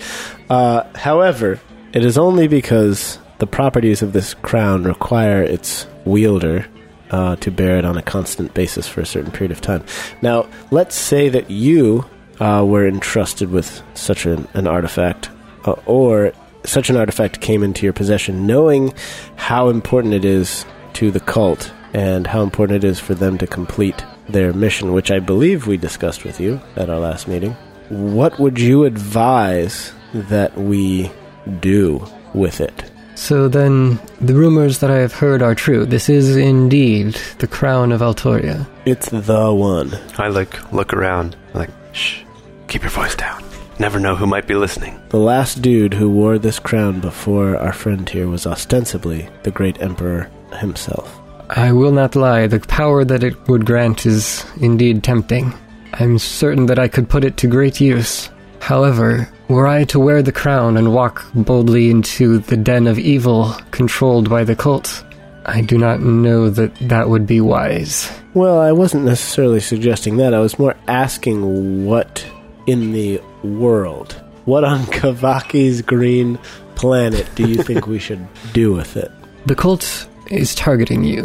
Speaker 5: Uh, however, it is only because the properties of this crown require its wielder uh, to bear it on a constant basis for a certain period of time. Now, let's say that you uh, were entrusted with such an, an artifact, uh, or such an artifact came into your possession, knowing how important it is to the cult and how important it is for them to complete their mission, which I believe we discussed with you at our last meeting. What would you advise that we do with it?
Speaker 3: So then, the rumors that I have heard are true. This is indeed the crown of Altoria.
Speaker 5: It's the one.
Speaker 1: I like look around. I'm like, shh, keep your voice down. Never know who might be listening.
Speaker 5: The last dude who wore this crown before our friend here was ostensibly the great emperor himself.
Speaker 3: I will not lie, the power that it would grant is indeed tempting. I'm certain that I could put it to great use. However, were I to wear the crown and walk boldly into the den of evil controlled by the cult, I do not know that that would be wise.
Speaker 5: Well, I wasn't necessarily suggesting that. I was more asking what in the world, what on (laughs) Kavaki's green planet do you think we should do with it?
Speaker 3: The cult is targeting you.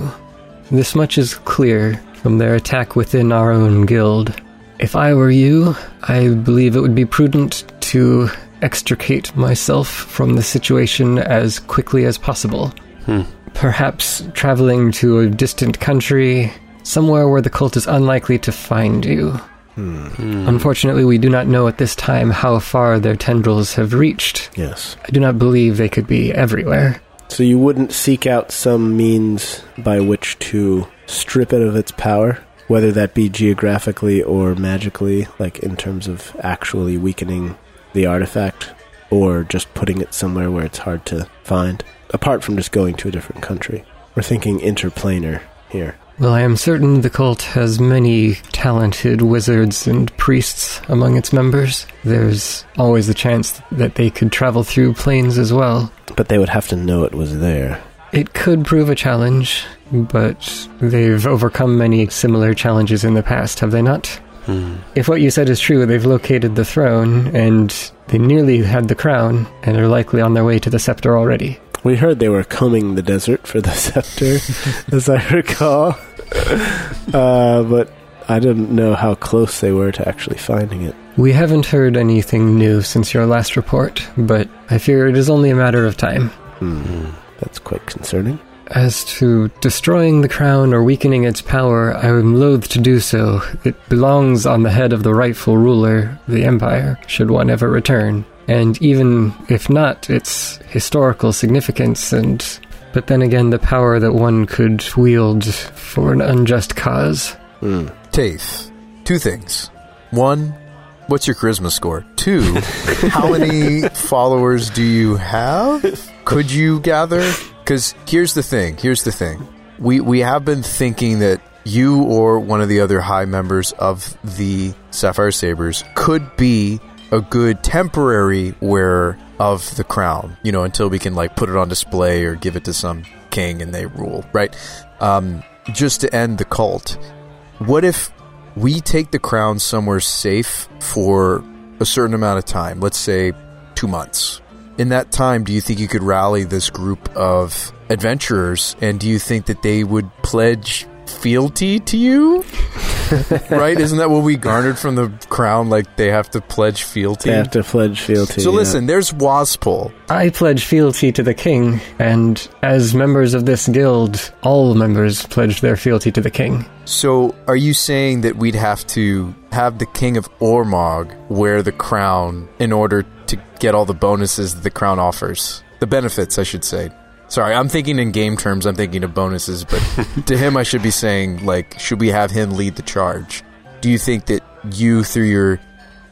Speaker 3: This much is clear from their attack within our own guild. If I were you, I believe it would be prudent to extricate myself from the situation as quickly as possible.
Speaker 1: Hmm.
Speaker 3: Perhaps traveling to a distant country, somewhere where the cult is unlikely to find you. Unfortunately, we do not know at this time how far their tendrils have reached.
Speaker 5: Yes.
Speaker 3: I do not believe they could be everywhere.
Speaker 5: So you wouldn't seek out some means by which to strip it of its power, whether that be geographically or magically, like in terms of actually weakening the artifact or just putting it somewhere where it's hard to find, apart from just going to a different country. We're thinking interplanar here.
Speaker 3: Well, I am certain the cult has many talented wizards and priests among its members. There's always the chance that they could travel through planes as well.
Speaker 5: But they would have to know it was there.
Speaker 3: It could prove a challenge, but they've overcome many similar challenges in the past, have they not?
Speaker 1: Hmm.
Speaker 3: If what you said is true, they've located the throne and they nearly had the crown and are likely on their way to the scepter already.
Speaker 5: We heard they were combing the desert for the (laughs) scepter, as I recall. Uh, but I didn't know how close they were to actually finding it.
Speaker 3: We haven't heard anything new since your last report, but I fear it is only a matter of time.
Speaker 5: Hmm. That's quite concerning.
Speaker 3: As to destroying the crown or weakening its power, I am loath to do so. It belongs on the head of the rightful ruler, the Empire, should one ever return. And even if not, its historical significance and. But then again, the power that one could wield for an unjust cause.
Speaker 5: Hmm.
Speaker 4: Tafe, two things. One, what's your charisma score? Two, how many followers do you have? Could you gather? Because here's the thing. Here's the thing. We we have been thinking that you or one of the other high members of the Sapphire Sabers could be a good temporary wearer of the crown. You know, until we can like put it on display or give it to some king and they rule, right? Um, just to end the cult. What if we take the crown somewhere safe for a certain amount of time? Let's say two months. In that time, do you think you could rally this group of
Speaker 5: (laughs)
Speaker 4: adventurers? And do you think that they would pledge fealty to you? right? Isn't that what we garnered from the crown? Like they have to pledge fealty.
Speaker 5: They have to pledge fealty.
Speaker 4: so
Speaker 5: yeah.
Speaker 4: listen, there's Waspole.
Speaker 3: I pledge fealty to the king, and as members of this guild, all members pledge their fealty to the king.
Speaker 4: So are you saying that we'd have to have the king of Ormog wear the crown in order to get all the bonuses that the crown offers? The benefits, I should say. Sorry, I'm thinking in game terms, I'm thinking of bonuses, but to him I should be saying like should we have him lead the charge? Do you think that you through your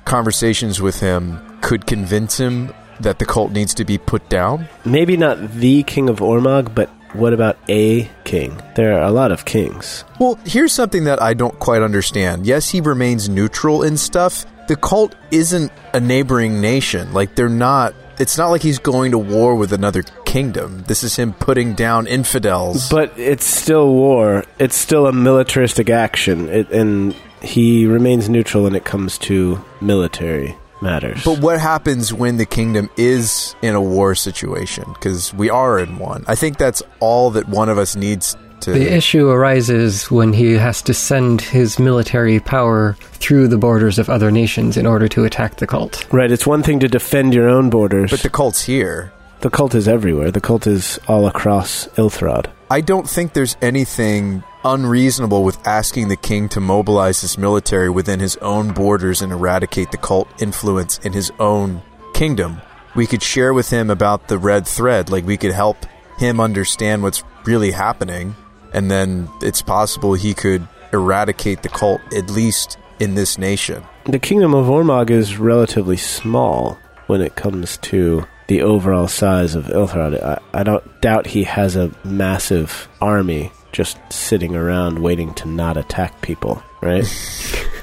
Speaker 4: conversations with him could convince him that the cult needs to be put down?
Speaker 5: Maybe not the king of Ormog, but what about a king? There are a lot of kings.
Speaker 4: Well, here's something that I don't quite understand. Yes, he remains neutral and stuff. The cult isn't a neighboring nation. Like, they're not. It's not like he's going to war with another kingdom. This is him putting down infidels.
Speaker 5: But it's still war. It's still a militaristic action, it, and he remains neutral when it comes to military matters.
Speaker 4: But what happens when the kingdom is in a war situation? Because we are in one. I think that's all that one of us needs to.
Speaker 3: The issue arises when he has to send his military power through the borders of other nations in order to attack the cult.
Speaker 5: right, it's one thing to defend your own borders.
Speaker 4: but
Speaker 5: But
Speaker 4: the cult's here.
Speaker 5: the cult is everywhere. The cult is all across Ilthrod.
Speaker 4: I don't think there's anything unreasonable with asking the king to mobilize his military within his own borders and eradicate the cult influence in his own kingdom. We could share with him about the red thread, like we could help him understand what's really happening, and then it's possible he could eradicate the cult at least in this nation.
Speaker 5: The kingdom of Ormog is relatively small when it comes to the overall size of Ilthrod. I, I don't doubt he has a massive army just sitting around waiting to not attack people, right?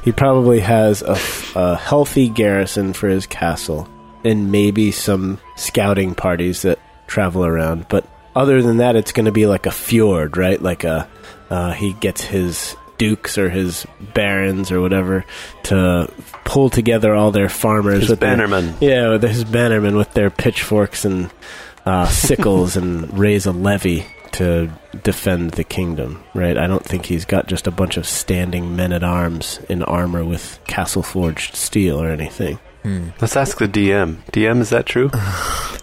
Speaker 5: he probably has a, a healthy garrison for his castle and maybe some scouting parties that travel around. But other than that, it's going to be like a fjord, right? Like a uh, he gets his dukes or his barons or whatever to pull together all their farmers
Speaker 1: His
Speaker 5: with their-
Speaker 1: bannerman.
Speaker 5: yeah, with his bannermen with their pitchforks and uh, sickles and raise a levy to defend the kingdom, right? I don't think he's got just a bunch of standing men at arms in armor with castle forged steel or anything.
Speaker 4: Hmm,
Speaker 1: Let's ask the DM. DM, is that true?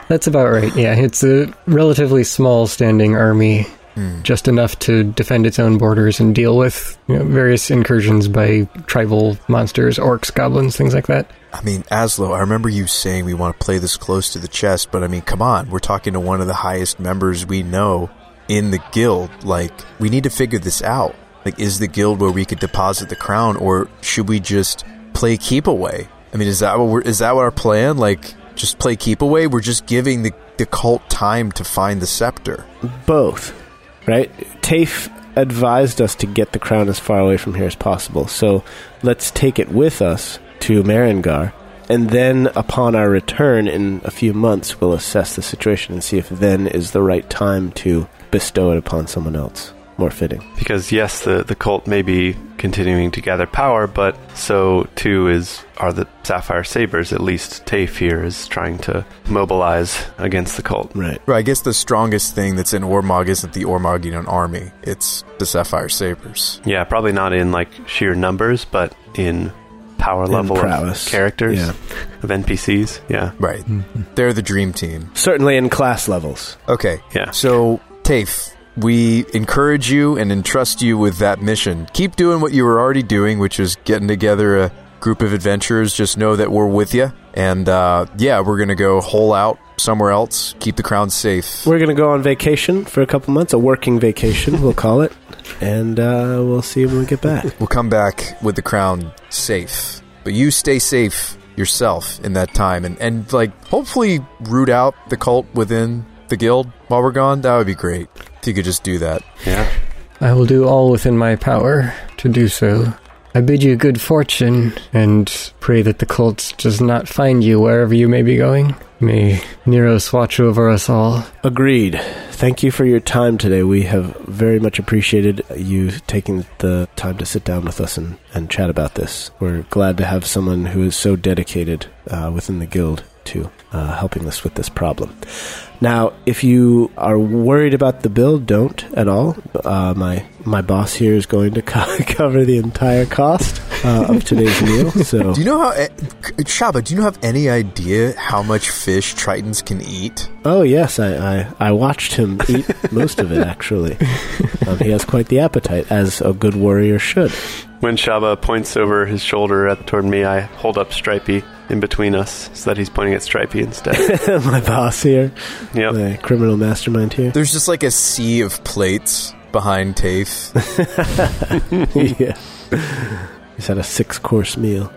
Speaker 3: That's about right, yeah. It's a relatively small standing army,
Speaker 4: hmm.
Speaker 3: just enough to defend its own borders and deal with you know, various incursions by tribal monsters, orcs, goblins, things like that.
Speaker 4: I mean, Aslo, I remember you saying we want to play this close to the chest, but I mean, come on, we're talking to one of the highest members we know in the guild. Like, we need to figure this out. Like, is the guild where we could deposit the crown, or should we just play keep away? I mean, is that what we're, is that what our plan? Like, just play keep away? We're just giving the, the cult time to find the scepter.
Speaker 5: both, right? TAFE advised us to get the crown as far away from here as possible. So let's take it with us to Maringar. And then, upon our return in a few months, we'll assess the situation and see if then is the right time to bestow it upon someone else. More fitting.
Speaker 1: Because yes, the, the cult may be continuing to gather power, but so too is are the Sapphire Sabers. At least Tafe here is trying to mobilize against the cult.
Speaker 5: Right.
Speaker 4: Right, I guess the strongest thing that's in Ormog isn't the Ormogian army, it's the Sapphire Sabres.
Speaker 1: Yeah, probably not in like sheer numbers, but in power
Speaker 5: In
Speaker 1: level
Speaker 5: prowess.
Speaker 1: of characters
Speaker 5: Yeah.
Speaker 1: of NPCs. Yeah,
Speaker 4: Right. They're the dream team.
Speaker 5: Certainly in class levels.
Speaker 4: Okay.
Speaker 1: Yeah.
Speaker 4: So, TAFE, we encourage you and entrust you with that mission. Keep doing what you were already doing, which is getting together a group of adventurers. Just know that we're with you. And uh, yeah, we're going to go hole out somewhere else. Keep the crown safe.
Speaker 5: We're going to go on vacation for a couple months, a working vacation, we'll call it. And uh, we'll see when we get back.
Speaker 4: We'll come back with the crown safe. But you stay safe yourself in that time and, and like hopefully root out the cult within the guild while we're gone. That would be great if you could just do that.
Speaker 1: yeah.
Speaker 3: I will do all within my power to do so. I bid you good fortune and pray that the cult does not find you wherever you may be going. May Neros watch over us all.
Speaker 5: Agreed. Thank you for your time today. We have very much appreciated you taking the time to sit down with us and, and chat about this. We're glad to have someone who is so dedicated uh, within the guild to uh, helping us with this problem. Now, if you are worried about the bill, don't at all. Uh, my my boss here is going to (laughs) co- cover the entire cost uh, of today's meal. So
Speaker 4: Do you know how eh, Shaba? Do you have any idea how much fish Tritons can eat?
Speaker 5: Oh yes, I, I, I watched him eat most of it actually. Um, he has quite the appetite, as a good warrior should. (laughs)
Speaker 1: When Shaba points over his shoulder at, toward me, I hold up Stripey in between us so that he's pointing at Stripey
Speaker 5: (laughs)
Speaker 1: instead.
Speaker 5: my boss here,
Speaker 1: yep.
Speaker 5: my criminal mastermind
Speaker 4: (laughs)
Speaker 5: here. (laughs)
Speaker 4: There's just like a sea of plates behind Tafe.
Speaker 5: yeah, he's had a six-course meal.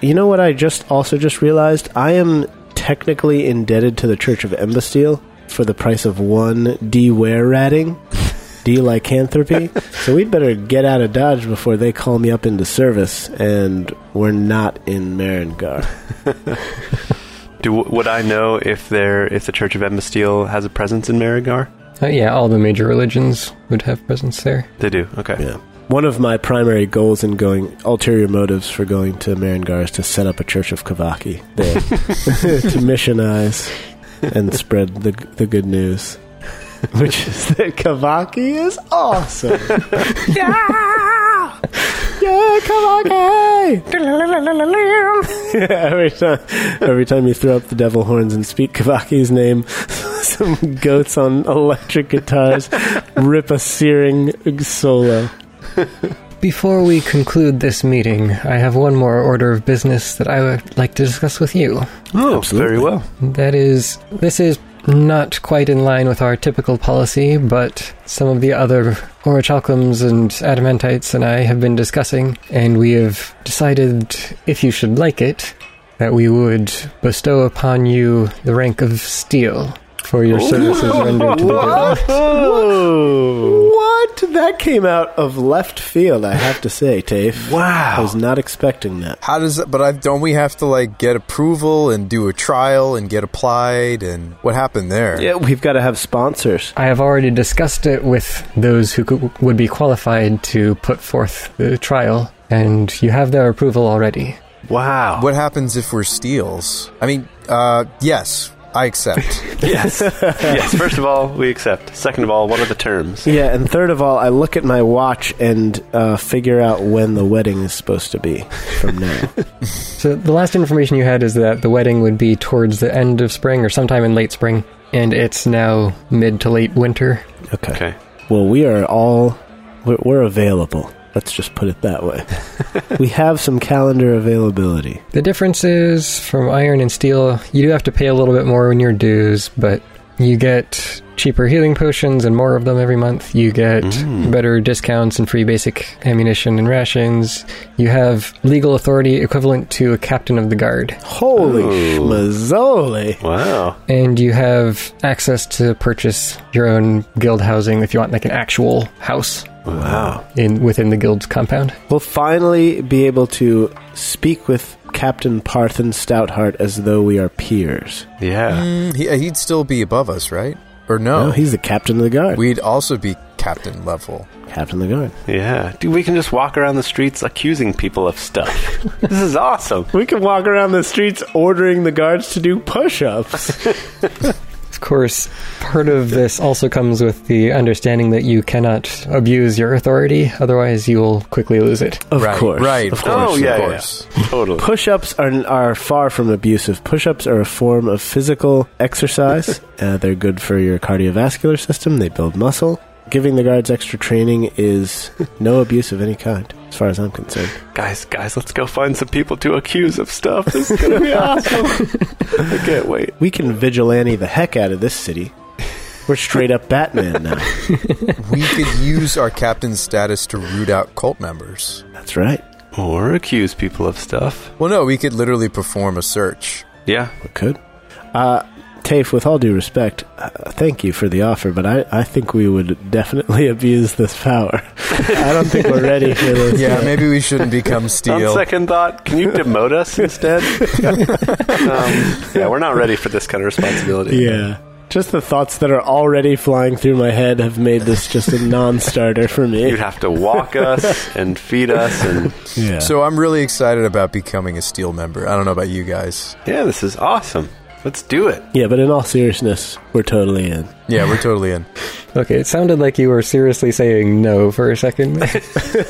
Speaker 5: You know what? I just also just realized I am technically indebted to the Church of Embasteel for the price of one D were ratting. D lycanthropy. so we'd better get out of Dodge before they call me up into service, and we're not in Marengar.
Speaker 1: Do would I know if there if the Church of Embasteel has a presence in Marigar?
Speaker 3: Uh, yeah, all the major religions would have presence there.
Speaker 1: They do. Okay.
Speaker 5: Yeah. One of my primary goals in going, ulterior motives for going to Marengar is to set up a church of Kavaki there (laughs) to missionize and spread the, the good news. Which is that Kavaki is awesome. yeah! Yeah, Kavaki! yeah, every, time, every time you throw up the devil horns and speak Kavaki's name, (laughs) some goats on electric guitars rip a searing solo.
Speaker 3: Before we conclude this meeting, I have one more order of business that I would like to discuss with you.
Speaker 1: Oh, very well.
Speaker 3: That is, this is not quite in line with our typical policy, but some of the other Orichalcums and Adamantites and I have been discussing, and we have decided, if you should like it, that we would bestow upon you the rank of Steel for your services rendered to the guild.
Speaker 1: Whoa!
Speaker 5: What? That came out of left field, I have to say, Tafe. (laughs)
Speaker 1: Wow.
Speaker 5: I was not expecting that.
Speaker 4: How does that? But I don't. We have to like get approval and do a trial and get applied. And what happened there?
Speaker 5: Yeah, we've got to have sponsors.
Speaker 3: I have already discussed it with those who could, would be qualified to put forth the trial, and you have their approval already.
Speaker 1: Wow.
Speaker 4: What happens if we're steals? I mean, uh, yes, I accept.
Speaker 5: (laughs)
Speaker 1: Yes. yes. First of all, we accept. Second of all, what are the terms?
Speaker 5: Yeah, and third of all, I look at my watch and uh, figure out when the wedding is supposed to be from now.
Speaker 3: So the last information you had is that the wedding would be towards the end of spring or sometime in late spring, and it's now mid to late winter.
Speaker 5: (laughs) Okay.
Speaker 1: Okay.
Speaker 5: Well, we are all we're, we're available. Let's just put it that (laughs) way. we have some calendar availability.
Speaker 3: The difference is from iron and steel, you do have to pay a little bit more in your dues, but you get cheaper healing potions and more of them every month. You get better discounts and free basic ammunition and rations. You have legal authority equivalent to a captain of the guard.
Speaker 5: Holy schmazzoli!
Speaker 1: Wow.
Speaker 3: And you have access to purchase your own guild housing if you want like an actual house
Speaker 1: Wow.
Speaker 3: in within the guild's compound.
Speaker 5: We'll finally be able to speak with Captain Parthen Stoutheart as though we are peers.
Speaker 1: Yeah.
Speaker 4: Mm, he, he'd still be above us, right? Or
Speaker 5: Oh,
Speaker 4: no?
Speaker 5: he's the captain of the guard.
Speaker 4: We'd also be captain level.
Speaker 5: captain of the guard.
Speaker 1: Yeah. Dude, we can just walk around the streets accusing people of stuff. this is awesome.
Speaker 5: We can walk around the streets ordering the guards to do push-ups.
Speaker 3: Of course, part of this also comes with the understanding that you cannot abuse your authority, otherse you will quickly lose it.
Speaker 5: of
Speaker 4: right,
Speaker 5: course,
Speaker 4: Right.
Speaker 5: Of
Speaker 4: Of course.
Speaker 1: oh yeah. yeah,
Speaker 4: Of course.
Speaker 1: yeah. Totally.
Speaker 5: Push-ups are, are far from abusive. Push-ups are a form of physical exercise. uh, they're good for your cardiovascular system. They build muscle. Giving the guards extra training is no abuse of any kind, as far as I'm concerned.
Speaker 1: guys, guys, let's go find some people to accuse of stuff. This is gonna be awesome. I can't wait.
Speaker 5: We can vigilante the heck out of this city. We're straight up Batman now.
Speaker 4: we could use our captain status to root out cult members.
Speaker 5: That's right.
Speaker 1: Or accuse people of stuff.
Speaker 4: Well, no, we could literally perform a search.
Speaker 1: Yeah.
Speaker 5: We could. Uh, Tafe, with all due respect, uh, thank you for the offer, but I, I think we would definitely (laughs) abuse this power. I don't think we're ready for this.
Speaker 4: Yeah,
Speaker 5: yet.
Speaker 4: maybe we shouldn't become
Speaker 1: On
Speaker 4: steel.
Speaker 1: second thought, can you demote us instead? um, yeah, we're not ready for this kind of responsibility.
Speaker 5: Yeah. Just the thoughts that are already flying through my head have made this just a non-starter for me.
Speaker 1: You'd have to walk us and feed us, and
Speaker 5: Yeah.
Speaker 4: So I'm really excited about becoming a steel member. I don't know about you guys.
Speaker 1: yeah, this is awesome. Let's do it.
Speaker 5: Yeah, but in all seriousness, we're totally in.
Speaker 4: Yeah, we're totally in.
Speaker 3: Okay, it sounded like you were seriously saying no for a second.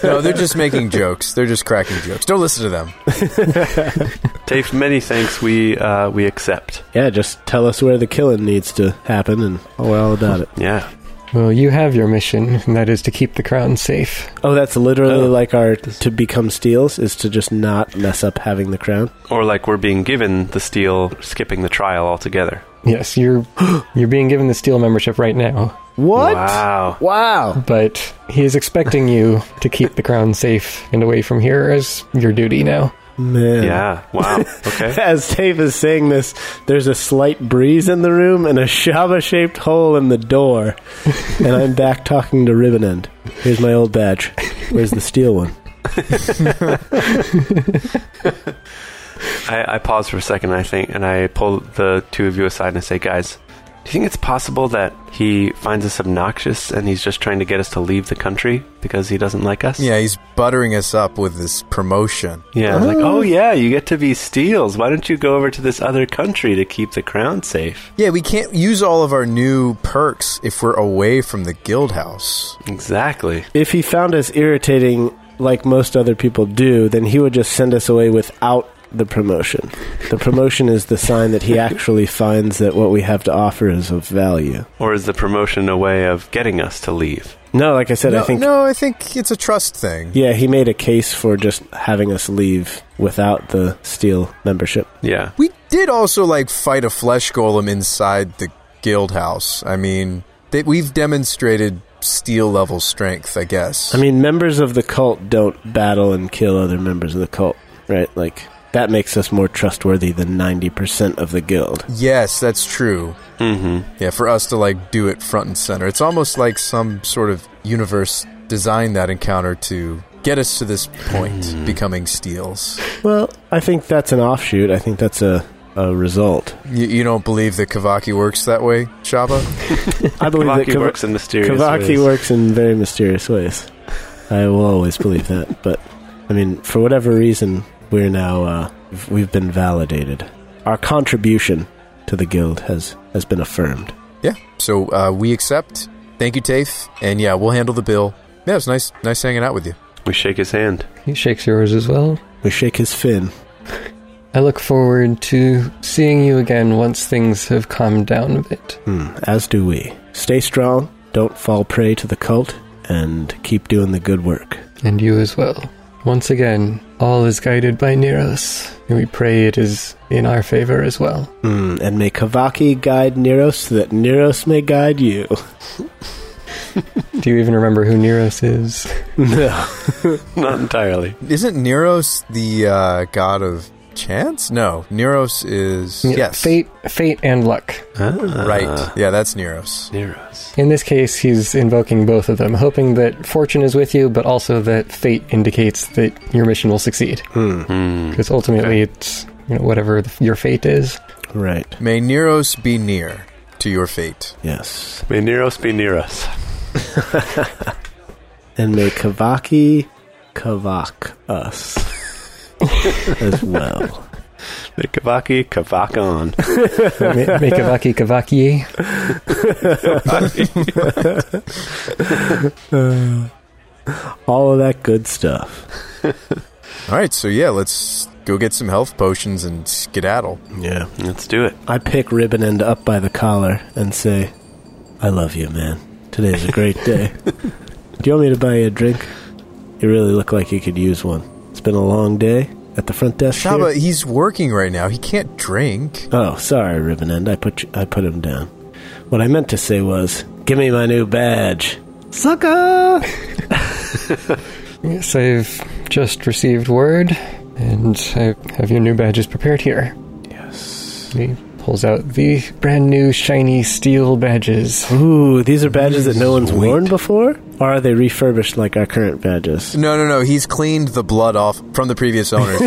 Speaker 4: No, they're just making jokes. They're just cracking jokes. Don't listen to them.
Speaker 1: Tafe, many thanks. We uh, we accept.
Speaker 5: Yeah, just tell us where the killing needs to happen, and we're all about it.
Speaker 1: Yeah.
Speaker 3: well, you have your mission, and that is to keep the crown safe.
Speaker 5: Oh, that's literally
Speaker 1: Oh.
Speaker 5: like our to become steals is to just not mess up having the crown.
Speaker 1: Or like we're being given the steel, skipping the trial altogether.
Speaker 3: Yes, you're you're being given the steel membership right now,
Speaker 5: What?
Speaker 1: Wow.
Speaker 5: Wow.
Speaker 3: but he is expecting you to keep the crown safe and away from here as your duty now.
Speaker 5: Man.
Speaker 1: Yeah. Wow. Okay.
Speaker 5: (laughs) As Dave is saying this, there's a slight breeze in the room and a shaba shaped hole in the door. and I'm back talking to Ribbon End. Here's my old badge. Where's the steel one?
Speaker 1: I, I pause for a second, I think, and I pull the two of you aside and I say, guys, do you think it's possible that he finds us obnoxious and he's just trying to get us to leave the country because he doesn't like us?
Speaker 4: Yeah, he's buttering us up with this promotion.
Speaker 1: Yeah. Like, oh, yeah, you get to be steals. Why don't you go over to this other country to keep the crown safe?
Speaker 4: Yeah, we can't use all of our new perks if we're away from the guild house.
Speaker 1: Exactly.
Speaker 5: If he found us irritating like most other people do, then he would just send us away without the promotion. The promotion is the sign that he actually finds that what we have to offer is of value.
Speaker 1: Or is the promotion a way of getting us to leave?
Speaker 5: No, like I said,
Speaker 4: no,
Speaker 5: I think
Speaker 4: no, I think it's a trust thing.
Speaker 5: Yeah, he made a case for just having us leave without the steel membership.
Speaker 1: Yeah.
Speaker 4: We did also like fight a flesh golem inside the guild house. I mean, they, we've demonstrated steel level strength, I guess.
Speaker 5: I mean, members of the cult don't battle and kill other members of the cult, right? Like that makes us more trustworthy than 90% of the guild.
Speaker 4: yes, that's true.
Speaker 1: Mm hmm.
Speaker 4: Yeah, for us to like do it front and center. It's almost like some sort of universe designed that encounter to get us to this point,
Speaker 5: Hmm.
Speaker 4: becoming steels.
Speaker 5: Well, I think that's an offshoot. I think that's a a result.
Speaker 4: You, you don't believe that Kavaki works that way, Shaba?
Speaker 5: (laughs) I believe
Speaker 1: Kavaki
Speaker 5: that Kava-
Speaker 1: works in mysterious
Speaker 5: Kavaki
Speaker 1: ways.
Speaker 5: works in very mysterious ways. I will always believe that, but I mean, for whatever reason, we're now uh, we've been validated. Our contribution to the guild has has been affirmed.
Speaker 4: Yeah. So uh, we accept. Thank you, Tafe. And yeah, we'll handle the bill. Yeah, it's nice, nice hanging out with you.
Speaker 1: We shake his hand.
Speaker 3: He shakes yours as well.
Speaker 5: We shake his fin.
Speaker 3: I look forward to seeing you again once things have calmed down a bit.
Speaker 5: Hmm, as do we. Stay strong, don't fall prey to the cult, and keep doing the good work.
Speaker 3: And you as well. Once again, all is guided by Neros, and we pray it is in our favor as well.
Speaker 5: Hmm, and may Kavaki guide Neros so that Neros may guide you.
Speaker 3: Do you even remember who Neros is?
Speaker 5: (laughs) no.
Speaker 1: (laughs) Not entirely.
Speaker 4: Isn't Neros the uh, god of chance? No, Neros is yes,
Speaker 3: Fate, fate, and luck.
Speaker 1: Ah,
Speaker 4: right? Yeah, that's Neros.
Speaker 1: Near us.
Speaker 3: In this case, he's invoking both of them, hoping that fortune is with you, but also that fate indicates that your mission will succeed.
Speaker 5: Hmm,
Speaker 1: Hmm.
Speaker 3: Because ultimately, it's you know, whatever the, your fate is.
Speaker 5: right.
Speaker 4: May Neros be near to your fate.
Speaker 5: Yes.
Speaker 1: May Neros be near us.
Speaker 5: (laughs) And may Kavaki Kavak us (laughs) as well.
Speaker 1: The Kavaki, Kavak on.
Speaker 3: Ma- Make a vaki kavaki.
Speaker 5: All of that good stuff.
Speaker 4: All right, so yeah, let's go get some health potions and skedaddle.
Speaker 5: Yeah.
Speaker 1: Let's do it.
Speaker 5: I pick Ribbon End up by the collar and say, I love you, man. Today's a great day. Do you want me to buy you a drink? You really look like you could use one. It's been a long day at the front desk. here.
Speaker 4: Shaba, he's working right now. He can't drink.
Speaker 5: Oh, sorry, Ribbon End. I put you, I put him down. What I meant to say was, give me my new badge. Sucker!
Speaker 3: Yes, I've just received word, and I have your new badges prepared here. Yes. He pulls out the brand new shiny steel badges.
Speaker 5: Ooh, these are badges that no one's worn before? Or are they refurbished like our current
Speaker 4: (laughs)
Speaker 5: badges?
Speaker 4: No, no, no. He's cleaned the blood off from the previous
Speaker 5: (laughs)
Speaker 4: owners.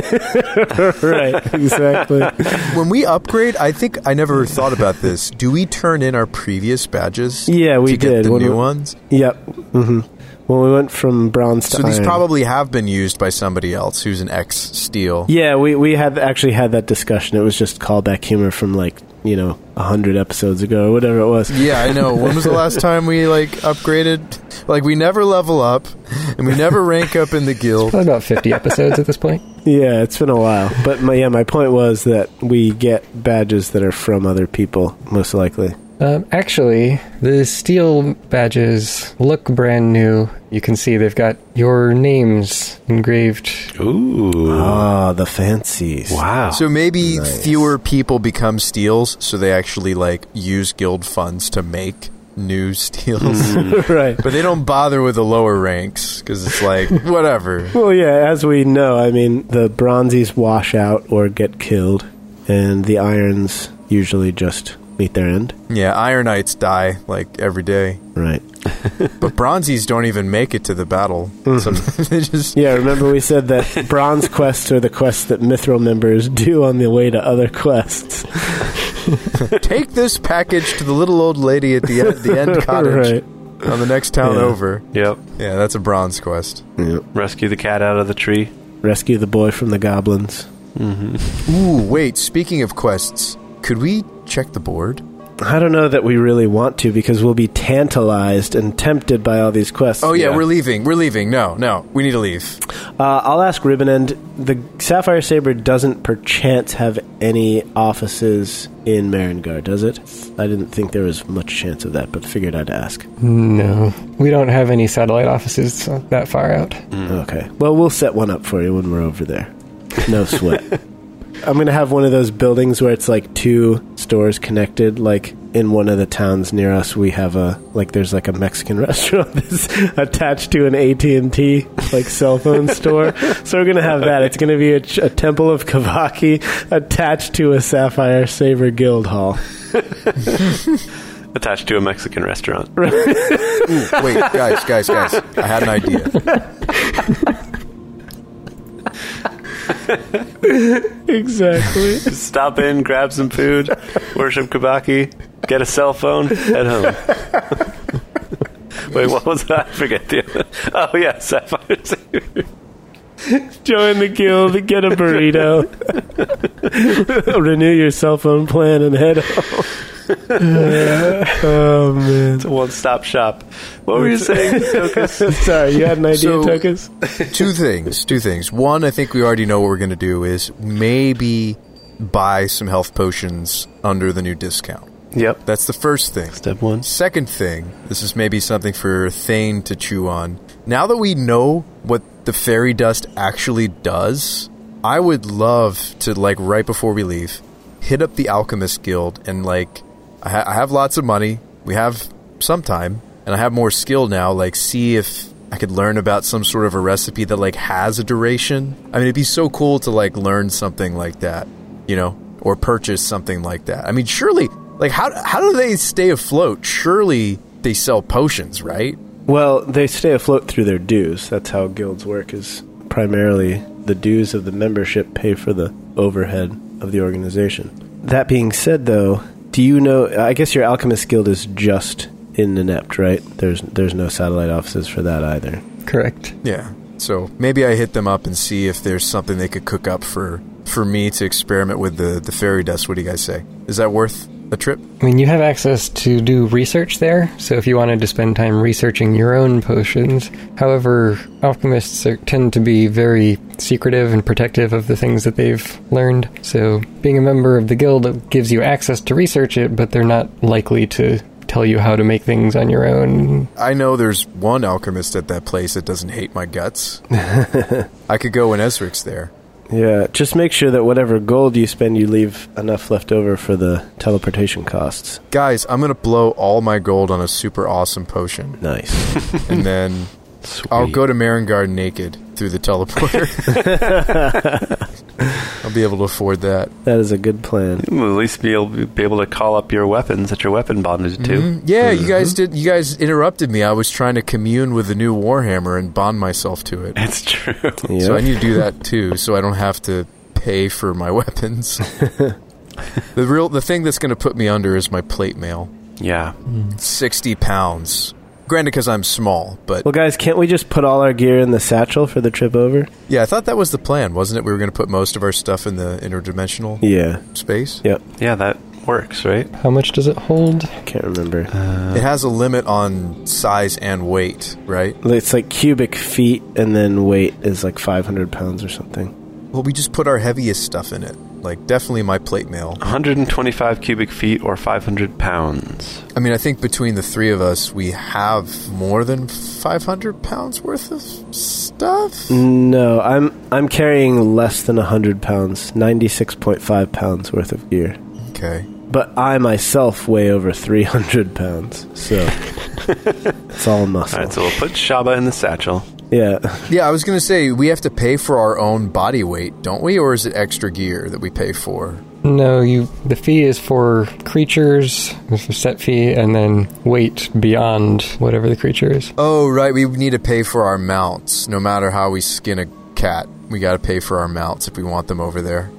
Speaker 5: right, exactly.
Speaker 4: when we upgrade, I think I never thought about this. Do we turn in our previous badges?
Speaker 5: Yeah, we
Speaker 4: to get
Speaker 5: did.
Speaker 4: the
Speaker 5: When
Speaker 4: new
Speaker 5: we-
Speaker 4: ones.
Speaker 5: yep. Mm-hmm. when we went from bronze to
Speaker 4: So these
Speaker 5: iron.
Speaker 4: probably have been used by somebody else who's an ex steel.
Speaker 5: yeah, we we had actually had that discussion. It was just callback humor from like you know hundred episodes ago or whatever it was.
Speaker 4: Yeah, I know. When was the last time we like upgraded? Like we never level up, and we never rank up in the guild.
Speaker 3: Probably about 50 episodes at this point.
Speaker 5: Yeah, it's been a while. But my, yeah, my point was that we get badges that are from other people, most likely.
Speaker 3: Um, actually, the steel badges look brand new. You can see they've got your names engraved.
Speaker 1: Ooh.
Speaker 5: Oh, the fancies.
Speaker 1: wow.
Speaker 4: So maybe fewer people become steels, so they actually like use guild funds to make new steels.
Speaker 5: (laughs) Hmm. right.
Speaker 4: (laughs) But they don't bother with the lower ranks because it's like whatever.
Speaker 5: Well, yeah, as we know, I mean, the bronzies wash out or get killed, and the irons usually just meet their end.
Speaker 4: Yeah, ironites die like every day,
Speaker 5: Right.
Speaker 4: but bronzies don't even make it to the battle. Sometimes (laughs) they just
Speaker 5: Yeah, remember we said (laughs) that bronze quests are the quests that Mithril members do on the way to other quests.
Speaker 4: take this package to the little old lady at the end, the end cottage
Speaker 5: (laughs) (laughs) right.
Speaker 4: on the next town
Speaker 5: Yeah.
Speaker 4: over.
Speaker 1: Yep.
Speaker 4: Yeah, that's a bronze quest.
Speaker 1: Rescue the cat out of the tree.
Speaker 5: Rescue the boy from the goblins.
Speaker 4: Ooh, wait. Speaking of quests, could we check the board?
Speaker 5: I don't know that we really want to because we'll be tantalized and tempted by all these quests.
Speaker 4: Oh yeah,
Speaker 1: Yeah.
Speaker 4: we're leaving. We're leaving. No, no, we need to leave.
Speaker 5: Uh, I'll ask Ribbonend. The Sapphire Saber doesn't perchance have any offices in Marengar, does it? I didn't think there was much chance of that, but figured I'd ask.
Speaker 3: No. We don't have any satellite offices that far out.
Speaker 5: Okay. Well, we'll set one up for you when we're over there. No sweat. I'm going to have one of those buildings where it's like two stores connected. Like in one of the towns near us, we have a like there's like a Mexican (laughs) restaurant that's attached to an AT&T like cell phone store. So we're going to have that. It's going to be a, ch- a Temple of Kavaki attached to a Sapphire Saver Guild Hall.
Speaker 1: Attached to a Mexican restaurant. (laughs)
Speaker 4: Ooh, wait, guys, guys, guys. I had an idea.
Speaker 5: Exactly.
Speaker 1: Stop in, grab some food, worship Kabaki, get a cell phone, head home. (laughs) Wait, what was that? I forget the. (laughs) Oh yeah, Sapphire (laughs) Saber.
Speaker 5: Join the guild, get a burrito, renew your cell phone plan, and head home.
Speaker 1: (laughs)
Speaker 5: oh man!
Speaker 1: It's a one-stop shop. What were you
Speaker 5: (laughs)
Speaker 1: saying, Tokus?
Speaker 5: Sorry, you had an idea,
Speaker 4: So-
Speaker 5: Tokus?
Speaker 4: two things. Two things. One, I think we already know what we're going to do is maybe buy some health potions under the new discount.
Speaker 1: Yep.
Speaker 4: That's the first thing.
Speaker 1: Step one.
Speaker 4: Second thing, this is maybe something for Thane to chew on. Now that we know what the fairy dust actually does, I would love to like right before we leave, hit up the alchemist guild and like I, ha- I have lots of money. We have some time, and I have more skill now. Like, see if I could learn about some sort of a recipe that like has a duration. I mean, it'd be so cool to like learn something like that, you know, or purchase something like that. I mean, surely, like how how do they stay afloat? Surely they sell potions, right?
Speaker 5: Well, they stay afloat through their dues. That's how guilds work. Is primarily the dues of the membership pay for the overhead of the organization. That being said, though, do you know? I guess your alchemist guild is just in Inept, right? There's there's no satellite offices for that either.
Speaker 3: Correct.
Speaker 4: Yeah. So maybe I hit them up and see if there's something they could cook up for for me to experiment with the the fairy dust. What do you guys say? Is that worth a trip?
Speaker 3: I mean, you have access to do research there, so if you wanted to spend time researching your own potions. However, alchemists are, tend to be very secretive and protective of the things that they've learned, so being a member of the guild gives you access to research it, but they're not likely to tell you how to make things on your own.
Speaker 4: I know there's one alchemist at that place that doesn't hate my guts. I could go when Ezric's there.
Speaker 5: Yeah, just make sure that whatever gold you spend, you leave enough left over for the teleportation costs.
Speaker 4: Guys, I'm gonna blow all my gold on a super awesome potion, (laughs)
Speaker 5: Nice.
Speaker 4: and then I'll go to Marengar naked through the teleporter. I'll be able to afford that.
Speaker 5: that is a good plan.
Speaker 1: At least be able, be able to call up your weapons that your weapon bonded to.
Speaker 4: Mm, Yeah, you guys did. You guys interrupted me. I was trying to commune with the new Warhammer and bond myself to it.
Speaker 1: Mm-hmm. It's true. (laughs)
Speaker 5: Yeah.
Speaker 4: So I need to do that too, so I don't have to pay for my (laughs) weapons. the real the thing that's going to put me under is my plate mail.
Speaker 1: Yeah.
Speaker 4: Sixty pounds. Granted, because I'm small, but
Speaker 5: Well, guys, can't we just put all our gear in the satchel for the trip over?
Speaker 4: yeah, I thought that was the plan, wasn't it? We were going to put most of our stuff in the interdimensional
Speaker 5: Yeah.
Speaker 4: space.
Speaker 5: Yep.
Speaker 1: Yeah, that works, right?
Speaker 3: How much does it hold?
Speaker 5: Can't remember.
Speaker 4: It has a limit on size and weight, right?
Speaker 5: it's like cubic feet, and then weight is like 500 pounds or something.
Speaker 4: Well, we just put our heaviest stuff in it. Like definitely my plate mail.
Speaker 1: 125 cubic feet or 500 pounds.
Speaker 4: I mean, I think between the three of us, we have more than 500 pounds worth of stuff.
Speaker 5: Mm. No, I'm I'm carrying less than 100 pounds, 96.5 pounds worth of gear.
Speaker 4: Okay.
Speaker 5: But I myself weigh over 300 pounds,
Speaker 1: (laughs)
Speaker 5: so it's all muscle.
Speaker 1: All right, so we'll put Shaba in the satchel.
Speaker 5: yeah.
Speaker 4: Yeah, I was going to say we have to pay for our own body weight, don't we? Or is it extra gear that we pay for?
Speaker 3: No, you. The fee is for creatures. There's a set fee, and then weight beyond whatever the creature is.
Speaker 4: Oh, right. We need to pay for our mounts. No matter how we skin a cat, we got to pay for our mounts if we want them over (laughs) there.